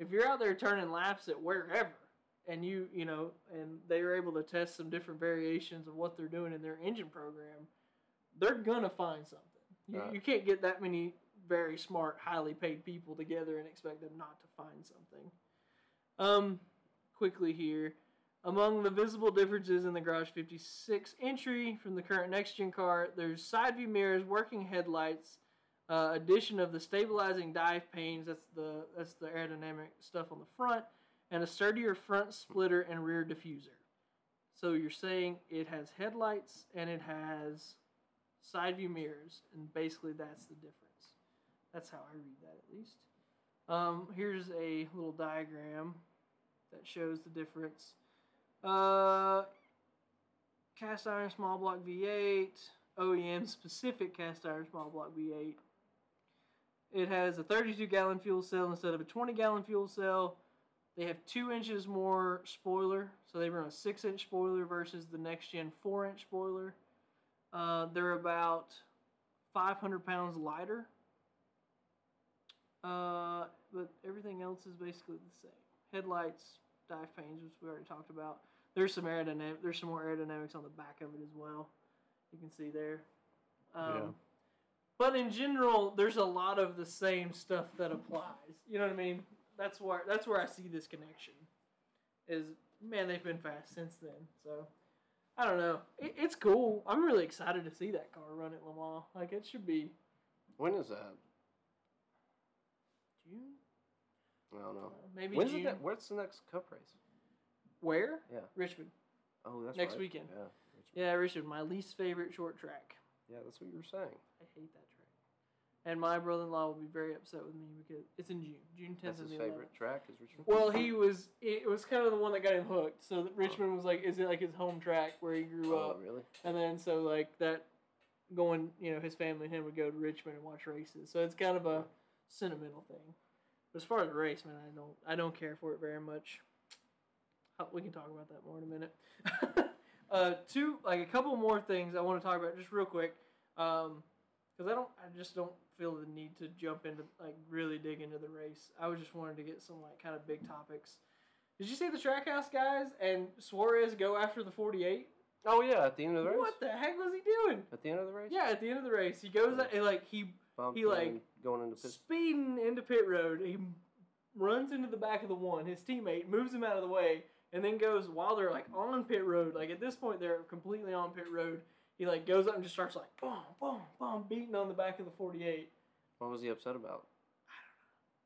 [SPEAKER 1] If you're out there turning laps at wherever and you you know, and they are able to test some different variations of what they're doing in their engine program, they're gonna find something. You,
[SPEAKER 2] Right.
[SPEAKER 1] you can't get that many very smart, highly paid people together and expect them not to find something. Um, quickly here. Among the visible differences in the Garage 56 entry from the current next gen car, there's side view mirrors, working headlights, uh, addition of the stabilizing dive panes. That's the that's the aerodynamic stuff on the front, and a sturdier front splitter and rear diffuser. So you're saying it has headlights and it has side view mirrors, and basically that's the difference. That's how I read that at least. Um, here's a little diagram that shows the difference. Uh, cast iron small block V8, OEM E specific cast iron small block V8. It has a 32 gallon fuel cell instead of a 20 gallon fuel cell. They have two inches more spoiler, so they run a six inch spoiler versus the next gen four inch spoiler. Uh, they're about 500 pounds lighter. Uh, but everything else is basically the same. Headlights, dive panes, which we already talked about. There's some aerodynamic. There's some more aerodynamics on the back of it as well. You can see there. Um,
[SPEAKER 3] Yeah.
[SPEAKER 1] But in general, there's a lot of the same stuff that applies. You know what I mean? That's where that's where I see this connection. Is man, they've been fast since then. So I don't know. It, it's cool. I'm really excited to see that car run at Le Mans. Like it should be
[SPEAKER 2] When is that?
[SPEAKER 1] June.
[SPEAKER 2] I don't know.
[SPEAKER 1] Maybe
[SPEAKER 2] When's the
[SPEAKER 1] June.
[SPEAKER 2] ne- where's the next cup race?
[SPEAKER 1] Where?
[SPEAKER 2] Yeah.
[SPEAKER 1] Richmond.
[SPEAKER 2] Oh, that's
[SPEAKER 1] Next
[SPEAKER 2] right.
[SPEAKER 1] weekend.
[SPEAKER 2] Yeah.
[SPEAKER 1] Yeah, Richmond. My least favorite short track.
[SPEAKER 2] Yeah, that's what you were saying.
[SPEAKER 1] I hate that track. And my brother-in-law will be very upset with me because it's in June, June 10th
[SPEAKER 2] That's
[SPEAKER 1] and
[SPEAKER 2] his
[SPEAKER 1] the
[SPEAKER 2] favorite track is Richmond.
[SPEAKER 1] 11th. Well, he was. It was kind of the one that got him hooked. So that Richmond was like, is it like his home track where he grew
[SPEAKER 2] Oh,
[SPEAKER 1] up?
[SPEAKER 2] really?
[SPEAKER 1] And then so like that, going you know his family and him would go to Richmond and watch races. So it's kind of a sentimental thing. But as far as race, man, I don't I don't care for it very much. Uh, We can talk about that more in a minute. uh, two like a couple more things I want to talk about just real quick, because I don't I just don't feel the need to jump into like really dig into the race. I was just wanted to get some like kind of big topics. Did you see the Trackhouse guys and Suarez go after the forty eight?
[SPEAKER 2] Oh yeah, at the end of the race.
[SPEAKER 1] What the heck was he doing?
[SPEAKER 2] At the end of the race.
[SPEAKER 1] Yeah, at the end of the race, he goes out- and like he
[SPEAKER 2] Bumped
[SPEAKER 1] he, like,
[SPEAKER 2] in, going into pit.
[SPEAKER 1] speeding into pit road. He runs into the back of the one. His teammate moves him out of the way, and then goes while they're like on pit road. Like at this point, they're completely on pit road. He like goes up and just starts like boom, boom, boom, beating on the back of the forty-eight.
[SPEAKER 2] What was he upset about?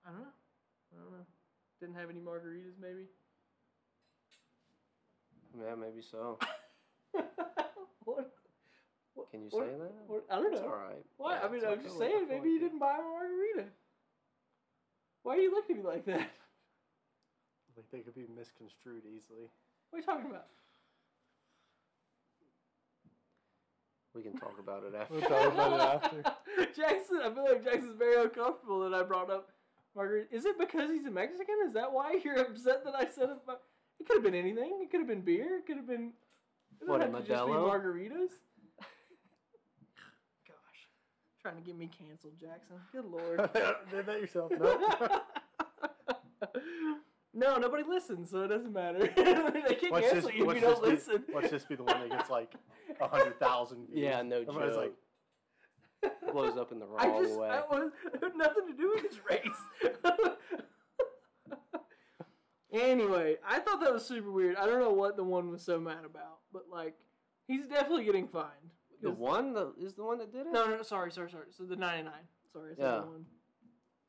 [SPEAKER 1] I don't know. I don't know. Didn't have any margaritas, maybe.
[SPEAKER 2] Yeah, maybe so.
[SPEAKER 1] what? What-
[SPEAKER 2] Can you
[SPEAKER 1] what-
[SPEAKER 2] say that?
[SPEAKER 1] what- I don't
[SPEAKER 2] It's
[SPEAKER 1] know.
[SPEAKER 2] all right.
[SPEAKER 1] Why?
[SPEAKER 2] Yeah,
[SPEAKER 1] I mean,
[SPEAKER 2] it's
[SPEAKER 1] I'm
[SPEAKER 2] okay.
[SPEAKER 1] just
[SPEAKER 2] Look, I
[SPEAKER 1] saying,
[SPEAKER 2] feel
[SPEAKER 1] maybe
[SPEAKER 2] like
[SPEAKER 1] you
[SPEAKER 2] it.
[SPEAKER 1] didn't buy a margarita. Why are you looking at me like that?
[SPEAKER 3] Like they could be misconstrued easily.
[SPEAKER 1] What are you talking about?
[SPEAKER 2] We can talk about it
[SPEAKER 3] We'll
[SPEAKER 2] after.
[SPEAKER 3] talk about it after.
[SPEAKER 1] Jackson, I feel like Jackson's very uncomfortable that I brought up Margaret. Is it because he's a Mexican? Is that why you're upset that I said it? It could have been anything. It could have been beer. It could have been. It
[SPEAKER 2] What,
[SPEAKER 1] doesn't
[SPEAKER 2] a
[SPEAKER 1] have to just be
[SPEAKER 2] Modelo?
[SPEAKER 1] margaritas. Gosh, trying to get me canceled, Jackson. Good lord.
[SPEAKER 3] Did that yourself? No.
[SPEAKER 1] no, nobody listens, so it doesn't matter. they can't
[SPEAKER 3] Let's
[SPEAKER 1] cancel
[SPEAKER 3] just,
[SPEAKER 1] you if you
[SPEAKER 3] let's,
[SPEAKER 1] don't
[SPEAKER 3] just be,
[SPEAKER 1] listen.
[SPEAKER 3] let's just be the one that gets like a hundred thousand views.
[SPEAKER 2] Yeah, no
[SPEAKER 3] Everybody's
[SPEAKER 2] joke.
[SPEAKER 3] like,
[SPEAKER 2] Blows up in the
[SPEAKER 1] I
[SPEAKER 2] wrong
[SPEAKER 1] just
[SPEAKER 2] way.
[SPEAKER 1] I was it had nothing to do with his race. anyway, I thought that was super weird. I don't know what the one was so mad about, but like he's definitely getting fined.
[SPEAKER 2] the
[SPEAKER 1] 'Cause-
[SPEAKER 2] one that is the one that did it.
[SPEAKER 1] No, no, no, sorry, sorry, sorry. So the ninety nine. Sorry, I said
[SPEAKER 2] Yeah.
[SPEAKER 1] the one.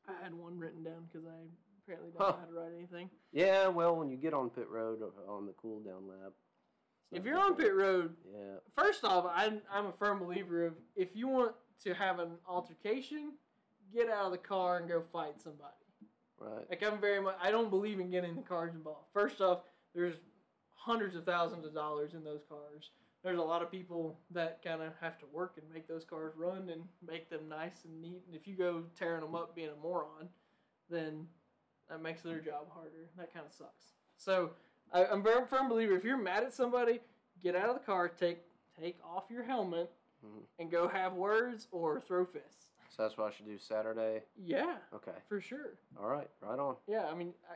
[SPEAKER 1] I had one written down because I apparently don't
[SPEAKER 2] Huh.
[SPEAKER 1] know how to write anything.
[SPEAKER 2] Yeah, well, when you get on pit road or on the cool down lap. it's
[SPEAKER 1] If
[SPEAKER 2] not
[SPEAKER 1] you're
[SPEAKER 2] that
[SPEAKER 1] on
[SPEAKER 2] bad.
[SPEAKER 1] pit road,
[SPEAKER 2] Yeah.
[SPEAKER 1] first off, I'm, I'm a firm believer of if you want to have an altercation, get out of the car and go fight somebody.
[SPEAKER 2] Right.
[SPEAKER 1] Like I'm very much. I don't believe in getting the cars involved. First off, there's hundreds of thousands of dollars in those cars. There's a lot of people that kind of have to work and make those cars run and make them nice and neat. And if you go tearing them up, being a moron, then that makes their job harder. That kind of sucks. So I, I'm very firm believer. If you're mad at somebody, get out of the car, take take off your helmet,
[SPEAKER 2] Mhm.
[SPEAKER 1] and go have words or throw fists.
[SPEAKER 2] So that's what I should do Saturday.
[SPEAKER 1] Yeah,
[SPEAKER 2] Okay.
[SPEAKER 1] for sure.
[SPEAKER 2] All right. Right on.
[SPEAKER 1] Yeah, I mean, I,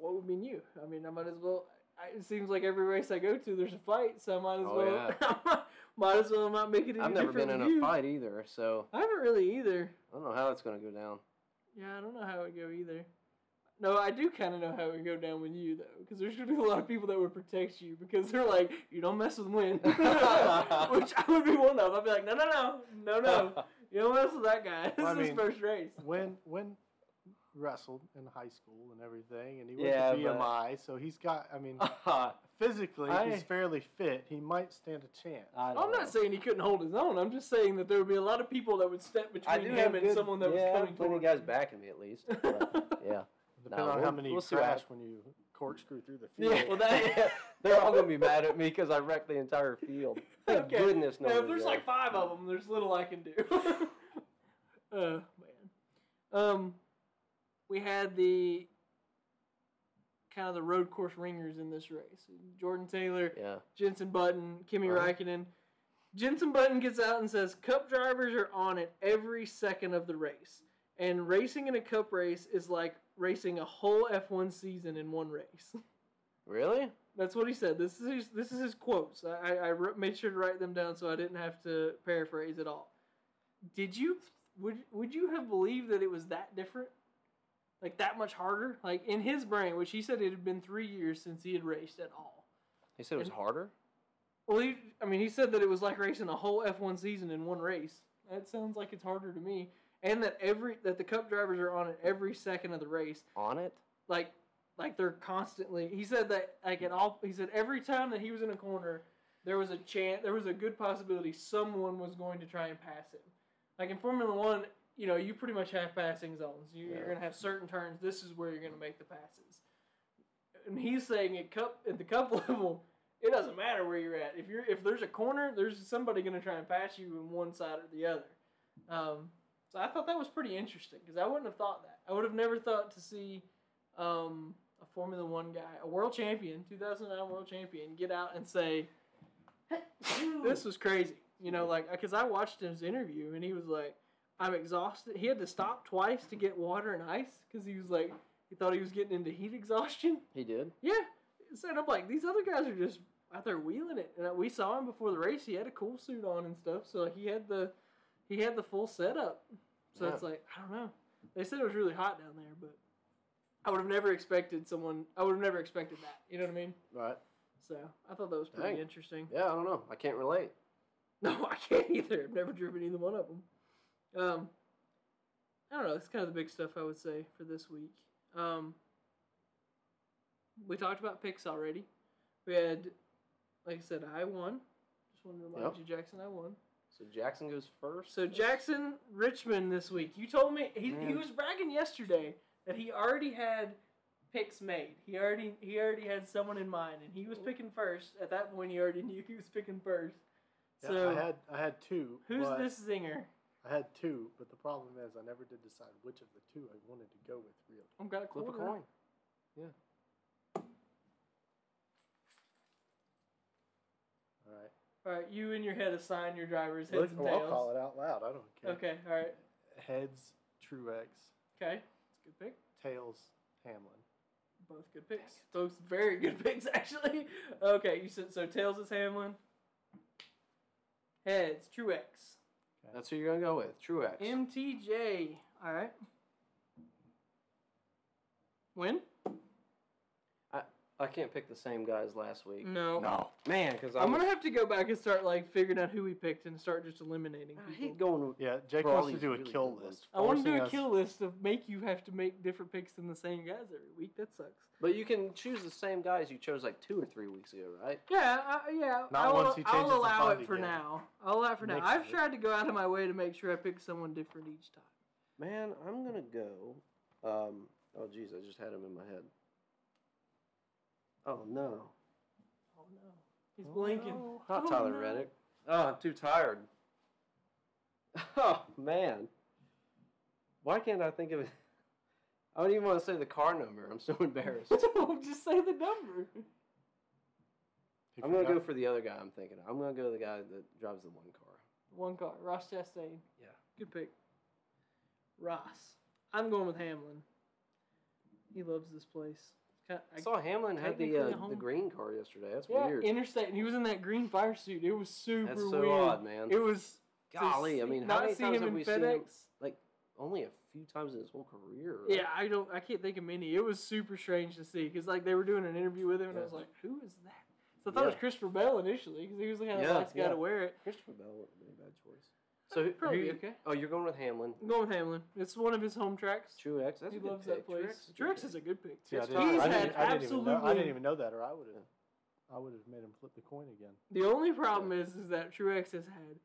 [SPEAKER 1] what would be new? I mean, I might as well. I, it seems like every race I go to, there's a fight, so I might as
[SPEAKER 2] Oh,
[SPEAKER 1] well. might as well not make it. Any
[SPEAKER 2] I've never been
[SPEAKER 1] different
[SPEAKER 2] in
[SPEAKER 1] than you.
[SPEAKER 2] a fight either, so
[SPEAKER 1] I haven't really either.
[SPEAKER 2] I don't know how it's going to go down.
[SPEAKER 1] Yeah, I don't know how it would go either. No, I do kind of know how it would go down with you though, because there's gonna be a lot of people that would protect you because they're like, you don't mess with Win, which I would be one of. I'd be like, no, no, no, no, no, you don't mess with that guy. This
[SPEAKER 3] Well, I
[SPEAKER 1] is his
[SPEAKER 3] mean-
[SPEAKER 1] first race.
[SPEAKER 3] when when wrestled in high school and everything, and he went
[SPEAKER 2] Yeah,
[SPEAKER 3] to
[SPEAKER 2] but-
[SPEAKER 3] BMI, so he's got. I mean,
[SPEAKER 2] I
[SPEAKER 3] physically,
[SPEAKER 2] I- Uh,
[SPEAKER 3] he's fairly fit. He might stand a chance.
[SPEAKER 2] don't
[SPEAKER 1] I'm
[SPEAKER 2] know.
[SPEAKER 1] not saying he couldn't hold his own. I'm just saying that there would be a lot of people that would step
[SPEAKER 2] I
[SPEAKER 1] between
[SPEAKER 2] do
[SPEAKER 1] him
[SPEAKER 2] have
[SPEAKER 1] and
[SPEAKER 2] good-
[SPEAKER 1] someone that
[SPEAKER 2] yeah, I have
[SPEAKER 1] was coming
[SPEAKER 2] plenty
[SPEAKER 1] toward
[SPEAKER 2] of guys backing me at least. But, yeah.
[SPEAKER 3] Depending
[SPEAKER 2] Nah,
[SPEAKER 3] on how
[SPEAKER 2] we'll-
[SPEAKER 3] many
[SPEAKER 2] we'll
[SPEAKER 3] you
[SPEAKER 2] see what
[SPEAKER 3] crash
[SPEAKER 2] happens.
[SPEAKER 3] when you corkscrew through the field.
[SPEAKER 2] Yeah, well, that, they're all gonna be mad at me because I wrecked the entire field. Thank
[SPEAKER 1] Okay.
[SPEAKER 2] goodness
[SPEAKER 1] Now, if
[SPEAKER 2] nobody.
[SPEAKER 1] there's like five of them, there's little I can do. oh man. Um, we had the kind of the road course ringers in this race: Jordan Taylor,
[SPEAKER 2] yeah,
[SPEAKER 1] Jensen Button, Kimi
[SPEAKER 2] Uh-huh.
[SPEAKER 1] Raikkonen. Jensen Button gets out and says, Cup drivers are on it every second of the race. And racing in a cup race is like racing a whole F1 season in one race.
[SPEAKER 2] really?
[SPEAKER 1] That's what he said. This is his, this is his quotes. I, I- I wr- made sure to write them down so I didn't have to paraphrase at all. Did you would would you have believed that it was that different, like that much harder? Like in his brain, which he said it had been three years since he had raced at all.
[SPEAKER 2] He said it was
[SPEAKER 1] And-
[SPEAKER 2] harder.
[SPEAKER 1] Well, he, I mean, he said that it was like racing a whole F1 season in one race. That sounds like it's harder to me. And that every that the cup drivers are on it every second of the race.
[SPEAKER 2] On it?
[SPEAKER 1] Like like they're constantly. He said that like at all. He said every time that he was in a corner, there was a chance, there was a good possibility someone was going to try and pass him. Like in Formula One, you know, you pretty much have passing zones. You,
[SPEAKER 2] Yeah.
[SPEAKER 1] You're going to have certain turns. This is where you're going to make the passes. And he's saying at cup at the cup level, it doesn't matter where you're at. If you're if there's a corner, there's somebody going to try and pass you in one side or the other. Um, so I thought that was pretty interesting because I wouldn't have thought that. I would have never thought to see um, a Formula One guy, a world champion, 2009 world champion, get out and say, "This was crazy." You know, like because I watched his interview and he was like, "I'm exhausted." He had to stop twice to get water and ice because he was like, he thought he was getting into heat exhaustion.
[SPEAKER 2] He did.
[SPEAKER 1] Yeah. So and I'm like, these other guys are just out there wheeling it. And uh, we saw him before the race. He had a cool suit on and stuff. So like, he had the he had the full setup. So it's like I don't know. They said it was really hot down there, but I would have never expected someone. I would have never expected that. You know what I mean?
[SPEAKER 2] Right.
[SPEAKER 1] So I thought that was pretty
[SPEAKER 2] Dang.
[SPEAKER 1] interesting.
[SPEAKER 2] Yeah, I don't know. I can't relate.
[SPEAKER 1] No, I can't either. I've never driven either one of them. Um, I don't know. That's kind of the big stuff I would say for this week. Um, we talked about picks already. We had, like I said, I won. Just wanted to remind
[SPEAKER 2] Yep.
[SPEAKER 1] you, Jackson, I won.
[SPEAKER 2] So Jackson goes first.
[SPEAKER 1] So Jackson Richmond this week. You told me he, he
[SPEAKER 2] Man.
[SPEAKER 1] was bragging yesterday that he already had picks made. He already he already had someone in mind, and he was picking first. At that point, he already knew he was picking first.
[SPEAKER 3] Yeah,
[SPEAKER 1] So
[SPEAKER 3] I had I had two.
[SPEAKER 1] who's
[SPEAKER 3] but-
[SPEAKER 1] this zinger?
[SPEAKER 3] I had two, but the problem is I never did decide which of the two I wanted to go with. Really,
[SPEAKER 1] I've got a
[SPEAKER 2] flip a
[SPEAKER 1] quarter.
[SPEAKER 2] coin.
[SPEAKER 3] all right.
[SPEAKER 1] All right, you in your head assign your drivers heads
[SPEAKER 3] Look,
[SPEAKER 1] and
[SPEAKER 3] well,
[SPEAKER 1] tails.
[SPEAKER 3] I'll call it out loud. I don't care.
[SPEAKER 1] Okay, all right,
[SPEAKER 3] Heads, Truex.
[SPEAKER 1] okay, it's a good pick.
[SPEAKER 3] Tails, Hamlin.
[SPEAKER 1] Both good picks. Both very good picks, actually. Okay, you said so. Tails is Hamlin. Heads, Truex.
[SPEAKER 2] That's who you're gonna go with. Truex.
[SPEAKER 1] MTJ. All right. Win?
[SPEAKER 2] I can't pick the same guy as last week.
[SPEAKER 1] No.
[SPEAKER 2] Man, because
[SPEAKER 1] Mm. I'm gonna have to go back and start like figuring out who we picked and start just eliminating
[SPEAKER 2] I
[SPEAKER 1] people.
[SPEAKER 2] hate going.
[SPEAKER 3] Yeah, Jake
[SPEAKER 2] For all
[SPEAKER 3] wants to
[SPEAKER 2] these
[SPEAKER 3] do a
[SPEAKER 2] really
[SPEAKER 3] kill
[SPEAKER 2] good ones.
[SPEAKER 3] list.
[SPEAKER 1] I want to do
[SPEAKER 3] forcing
[SPEAKER 1] a
[SPEAKER 3] us-
[SPEAKER 1] kill list of make you have to make different picks than the same guys every week. That sucks.
[SPEAKER 2] But you can choose the same guys you chose like two or three weeks ago, right?
[SPEAKER 1] Yeah, I, yeah.
[SPEAKER 3] Not
[SPEAKER 1] I'll,
[SPEAKER 3] once he changes
[SPEAKER 1] I'll
[SPEAKER 3] the
[SPEAKER 1] allow
[SPEAKER 3] bond
[SPEAKER 1] it for
[SPEAKER 3] again.
[SPEAKER 1] now. I'll allow it for now.
[SPEAKER 3] Next
[SPEAKER 1] I've
[SPEAKER 3] week.
[SPEAKER 1] tried to go out of my way to make sure I pick someone different each time.
[SPEAKER 2] Man, I'm gonna go. Um, oh, geez, I just had him in my head. Oh no,
[SPEAKER 1] Oh no, he's blinking.
[SPEAKER 2] Oh, Not
[SPEAKER 1] Oh,
[SPEAKER 2] Tyler
[SPEAKER 1] no.
[SPEAKER 2] Reddick. Oh, I'm too tired. Oh man, why can't I think of it? I don't even want to say the car number. I'm so embarrassed.
[SPEAKER 1] Just say the number.
[SPEAKER 3] He
[SPEAKER 2] I'm gonna go
[SPEAKER 3] forgot.
[SPEAKER 2] for the other guy. I'm thinking. I'm gonna go the guy that drives the one car.
[SPEAKER 1] One car, Ross Chastain.
[SPEAKER 2] Yeah.
[SPEAKER 1] good pick. Ross. I'm going with Hamlin. He loves this place. It's kinda-
[SPEAKER 2] I saw Hamlin had the
[SPEAKER 1] technically a
[SPEAKER 2] uh, the
[SPEAKER 1] home-
[SPEAKER 2] green car yesterday. That's
[SPEAKER 1] yeah,
[SPEAKER 2] weird.
[SPEAKER 1] interstate, and he was in that green fire suit. It was super
[SPEAKER 2] That's so
[SPEAKER 1] weird.
[SPEAKER 2] odd, man.
[SPEAKER 1] It was to
[SPEAKER 2] Golly, I
[SPEAKER 1] see-
[SPEAKER 2] mean, how
[SPEAKER 1] not
[SPEAKER 2] many
[SPEAKER 1] see
[SPEAKER 2] times
[SPEAKER 1] him
[SPEAKER 2] have
[SPEAKER 1] in
[SPEAKER 2] we seen
[SPEAKER 1] FedEx.
[SPEAKER 2] him? Only a few times in his whole career. right?
[SPEAKER 1] Yeah, I don't. I can't think of many. It was super strange to see because like they were doing an interview with him, and I
[SPEAKER 2] Yeah.
[SPEAKER 1] was like, "Who is that?" So I thought it was
[SPEAKER 2] Yeah.
[SPEAKER 1] Christopher Bell initially because he was the kind of
[SPEAKER 2] Yeah,
[SPEAKER 1] last guy
[SPEAKER 2] yeah.
[SPEAKER 1] to wear it.
[SPEAKER 2] Christopher Bell wouldn't be a bad choice. So who,
[SPEAKER 1] Probably
[SPEAKER 2] who-
[SPEAKER 1] okay.
[SPEAKER 2] Oh, you're going with Hamlin.
[SPEAKER 1] I'm going with Hamlin. It's one of his home tracks.
[SPEAKER 2] Truex. That's
[SPEAKER 1] he
[SPEAKER 2] a good
[SPEAKER 1] loves
[SPEAKER 2] pick.
[SPEAKER 1] that place.
[SPEAKER 2] a good
[SPEAKER 1] Truex
[SPEAKER 2] pick.
[SPEAKER 1] is a good pick.
[SPEAKER 3] See, I
[SPEAKER 2] He's
[SPEAKER 3] didn't- I
[SPEAKER 1] had
[SPEAKER 3] didn't- I didn't even know- I
[SPEAKER 1] absolutely-
[SPEAKER 3] didn't even know that, or I would have. I would have made him flip the coin again.
[SPEAKER 1] The only problem is, is that Truex has had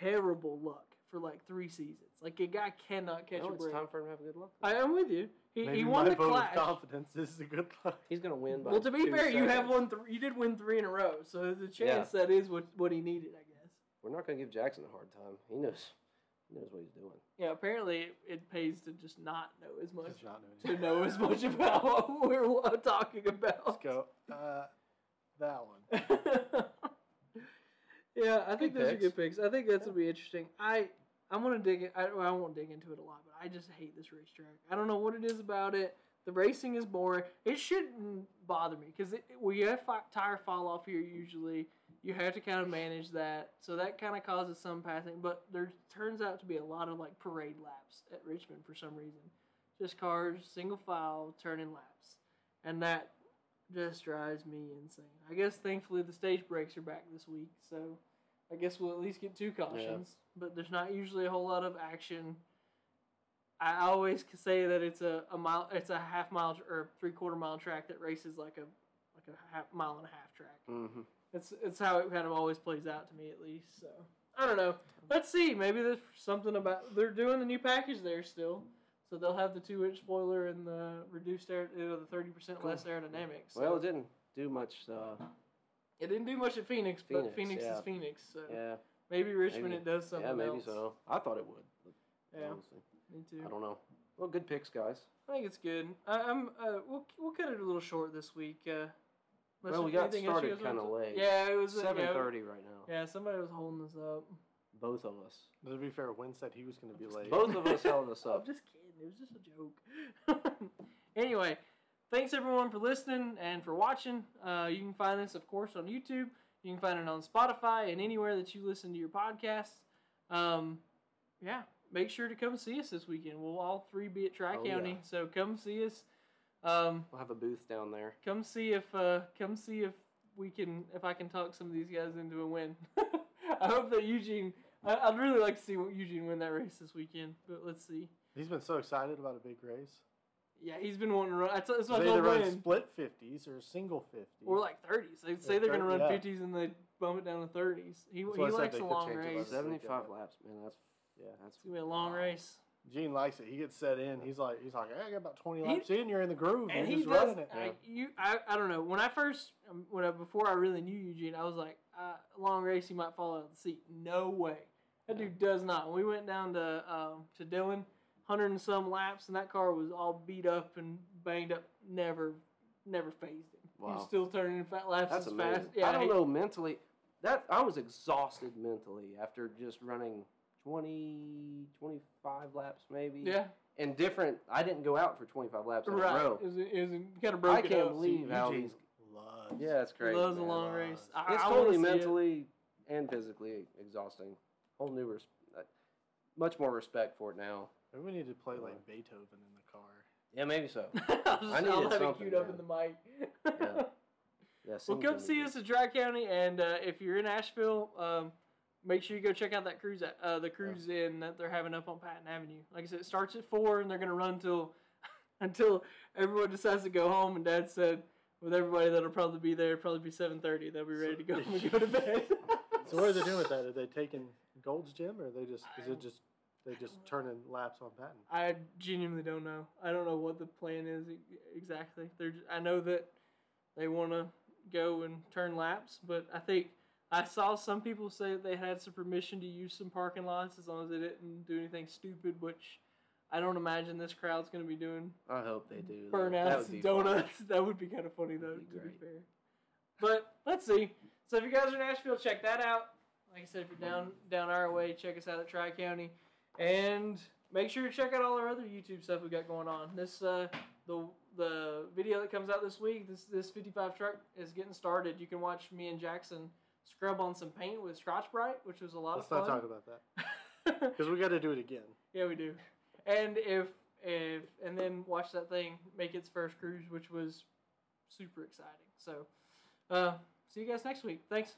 [SPEAKER 1] terrible luck for like three seasons. Like a guy cannot catch
[SPEAKER 2] No,
[SPEAKER 1] a
[SPEAKER 2] it's
[SPEAKER 1] break.
[SPEAKER 2] time for him to have a good luck.
[SPEAKER 1] I am with you. He,
[SPEAKER 3] Maybe
[SPEAKER 1] he won
[SPEAKER 3] my
[SPEAKER 1] the
[SPEAKER 3] vote
[SPEAKER 1] clash.
[SPEAKER 3] of confidence is a good luck.
[SPEAKER 2] He's going to win by
[SPEAKER 1] Well, to be
[SPEAKER 2] two
[SPEAKER 1] fair, you have
[SPEAKER 2] seconds.
[SPEAKER 1] won. Th- you did win three in a row, so there's a chance that is what what he needed, I guess.
[SPEAKER 2] We're not going to give Jackson a hard time. He knows. He knows what he's doing.
[SPEAKER 1] Yeah, apparently it, it pays to just not know as much.
[SPEAKER 3] Just not doing
[SPEAKER 1] To
[SPEAKER 3] it.
[SPEAKER 1] know as much about what we're wa- talking about.
[SPEAKER 3] Let's go. Uh, that one.
[SPEAKER 1] yeah, I think
[SPEAKER 2] Good
[SPEAKER 1] those are
[SPEAKER 2] picks.
[SPEAKER 1] good picks. I think that's gonna be interesting. I I'm gonna dig it. I, well, I won't dig into it a lot, but I just hate this racetrack. I don't know what it is about it. The racing is boring. It shouldn't bother me because we have fi- tire fall off here usually. You have to kind of manage that, so that kind of causes some passing. But there turns out to be a lot of like parade laps at Richmond for some reason, just cars single file turning laps, and that just drives me insane. I guess thankfully the stage breaks are back this week, so I guess we'll at least get two cautions. But there's not usually a whole lot of action. I always c- say that it's a, a mile, it's a half mile tr- or three quarter mile track that races like a like a half mile and a half track.
[SPEAKER 2] Mm-hmm.
[SPEAKER 1] It's it's how it kind of always plays out to me at least. So I don't know. Let's see. Maybe there's something about they're doing the new package there still, so they'll have the two inch spoiler and the reduced air, you know, the thirty percent less aerodynamics. So.
[SPEAKER 2] Well, it didn't do much. Uh,
[SPEAKER 1] it didn't do much at Phoenix, but
[SPEAKER 2] Phoenix,
[SPEAKER 1] Phoenix
[SPEAKER 2] yeah.
[SPEAKER 1] is Phoenix. So
[SPEAKER 2] yeah,
[SPEAKER 1] maybe Richmond
[SPEAKER 2] Maybe.
[SPEAKER 1] it does something
[SPEAKER 2] yeah, maybe
[SPEAKER 1] else.
[SPEAKER 2] so. I thought it would. But
[SPEAKER 1] Yeah,
[SPEAKER 2] honestly,
[SPEAKER 1] me too.
[SPEAKER 2] I don't know. Well, good picks, guys.
[SPEAKER 1] I think it's good. I, I'm. Uh, we'll we'll cut it a little short this week. Uh, unless
[SPEAKER 2] Well, we got
[SPEAKER 1] anything else you
[SPEAKER 2] started
[SPEAKER 1] guys want
[SPEAKER 2] kinda
[SPEAKER 1] to-
[SPEAKER 2] late.
[SPEAKER 1] Yeah, it was uh, yeah,
[SPEAKER 2] Seven thirty right now.
[SPEAKER 1] Yeah, somebody was holding us up.
[SPEAKER 2] Both of us.
[SPEAKER 3] But to be fair, Wynn said he was going to be late.
[SPEAKER 2] Both of us held us
[SPEAKER 1] I'm
[SPEAKER 2] up.
[SPEAKER 1] just kidding. It was just a joke. anyway, thanks everyone for listening and for watching. Uh, you can find this, of course, on YouTube. You can find it on Spotify and anywhere that you listen to your podcasts. Um, yeah, make sure to come see us this weekend. We'll all three be at Tri
[SPEAKER 2] Oh, yeah.
[SPEAKER 1] County, so come see us. Um,
[SPEAKER 2] We'll have a booth down there.
[SPEAKER 1] come see if uh, come see if we can if I can talk some of these guys into a win. I hope that Eugene. I, I'd really like to see what Eugene win that race this weekend, but let's see.
[SPEAKER 3] He's been so excited about a big race.
[SPEAKER 1] Yeah, he's been wanting to run. That's, that's what I
[SPEAKER 3] they either
[SPEAKER 1] told
[SPEAKER 3] run
[SPEAKER 1] Brian.
[SPEAKER 3] split 50s or single 50s.
[SPEAKER 1] Or like thirties. They say they're gonna
[SPEAKER 3] 30,
[SPEAKER 1] run
[SPEAKER 3] yeah.
[SPEAKER 1] fifties and they bump it down to thirties. He, he
[SPEAKER 3] That's why I said
[SPEAKER 1] likes
[SPEAKER 3] they
[SPEAKER 1] a
[SPEAKER 3] could
[SPEAKER 1] long
[SPEAKER 3] change it by
[SPEAKER 1] race. It's
[SPEAKER 3] seven.
[SPEAKER 1] gonna
[SPEAKER 2] Seventy five
[SPEAKER 3] uh,
[SPEAKER 2] laps, man. That's
[SPEAKER 3] yeah.
[SPEAKER 2] that's
[SPEAKER 1] be a long
[SPEAKER 2] wow.
[SPEAKER 1] race.
[SPEAKER 3] Gene likes it. He gets set in. He's like, he's like, "Hey, I got about 20 laps in. You're in the groove.
[SPEAKER 1] And
[SPEAKER 3] You're
[SPEAKER 1] he
[SPEAKER 3] just
[SPEAKER 1] does.
[SPEAKER 3] running it.
[SPEAKER 1] I, you, I, I don't know. When I first, um, when I, before I really knew Eugene, I was like, uh, long race, he might fall out of the seat. No way. That
[SPEAKER 2] Yeah.
[SPEAKER 1] dude does not. When we went down to um, to Dillon, hundred and some laps, and that car was all beat up and banged up. Never, never phased him. He
[SPEAKER 2] Wow.
[SPEAKER 1] was still turning fat laps
[SPEAKER 2] That's
[SPEAKER 1] as
[SPEAKER 2] amazing.
[SPEAKER 1] fast. Yeah,
[SPEAKER 2] I don't
[SPEAKER 1] he-
[SPEAKER 2] know mentally. That I was exhausted mentally after just running 20, 25 laps maybe.
[SPEAKER 1] Yeah,
[SPEAKER 2] And different. I didn't go out for twenty five laps in a
[SPEAKER 1] right.
[SPEAKER 2] row.
[SPEAKER 1] It was, it was kind of broken
[SPEAKER 2] I can't
[SPEAKER 1] up.
[SPEAKER 2] believe how
[SPEAKER 3] Eugene
[SPEAKER 2] these-
[SPEAKER 3] loves.
[SPEAKER 2] Yeah, it's crazy.
[SPEAKER 1] Loves a
[SPEAKER 2] man.
[SPEAKER 1] long race. I,
[SPEAKER 2] It's
[SPEAKER 1] I wanna
[SPEAKER 2] totally
[SPEAKER 1] see it.
[SPEAKER 2] mentally and physically exhausting. Whole new, res- uh, much more respect for it now.
[SPEAKER 3] Maybe we need to play like Beethoven in the car.
[SPEAKER 2] Yeah, maybe so.
[SPEAKER 1] I was
[SPEAKER 2] I
[SPEAKER 1] just, I'll
[SPEAKER 2] needed
[SPEAKER 1] have it
[SPEAKER 2] something,
[SPEAKER 1] queued up
[SPEAKER 2] man.
[SPEAKER 1] in the mic.
[SPEAKER 2] Yeah. Yeah,
[SPEAKER 1] well,
[SPEAKER 2] sing
[SPEAKER 1] come
[SPEAKER 2] to me,
[SPEAKER 1] see
[SPEAKER 2] dude.
[SPEAKER 1] us at Dry County, and uh, if you're in Asheville, um, make sure you go check out that cruise, at, uh, the cruise inn that they're having up on Patton Avenue. Like I said, it starts at four, and they're gonna run till until everyone decides to go home. And Dad said, with everybody that'll probably be there, it'll probably be seven thirty. They'll be ready to go home and go to bed.
[SPEAKER 3] So what are they doing with that? Are they taking Gold's Gym, or are they just is it just they just turning laps on Patton?
[SPEAKER 1] I genuinely don't know. I don't know what the plan is e- exactly. They're ju- I know that they want to go and turn laps, but I think I saw some people say that they had some permission to use some parking lots as long as they didn't do anything stupid, which I don't imagine this crowd's going to be doing
[SPEAKER 2] I hope they do. though. That
[SPEAKER 1] burnouts
[SPEAKER 2] would be
[SPEAKER 1] and
[SPEAKER 2] fun.
[SPEAKER 1] donuts. That would be kind of funny though,
[SPEAKER 2] That'd be
[SPEAKER 1] to be
[SPEAKER 2] great.
[SPEAKER 1] fair. But let's see. So if you guys are in Nashville, check that out. Like I said, if you're down down our way, check us out at Tri County, and make sure to check out all our other YouTube stuff we got going on. This uh, the the video that comes out this week. This this 55 truck is getting started. You can watch me and Jackson scrub on some paint with Scotch Brite, which was a lot
[SPEAKER 3] Let's
[SPEAKER 1] of
[SPEAKER 3] not
[SPEAKER 1] fun.
[SPEAKER 3] talk about that because we got to do it again.
[SPEAKER 1] Yeah, we do. And if if and then watch that thing make its first cruise, which was super exciting. So, uh, see you guys next week. Thanks.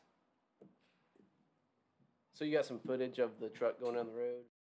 [SPEAKER 2] So you got some footage of the truck going down the road.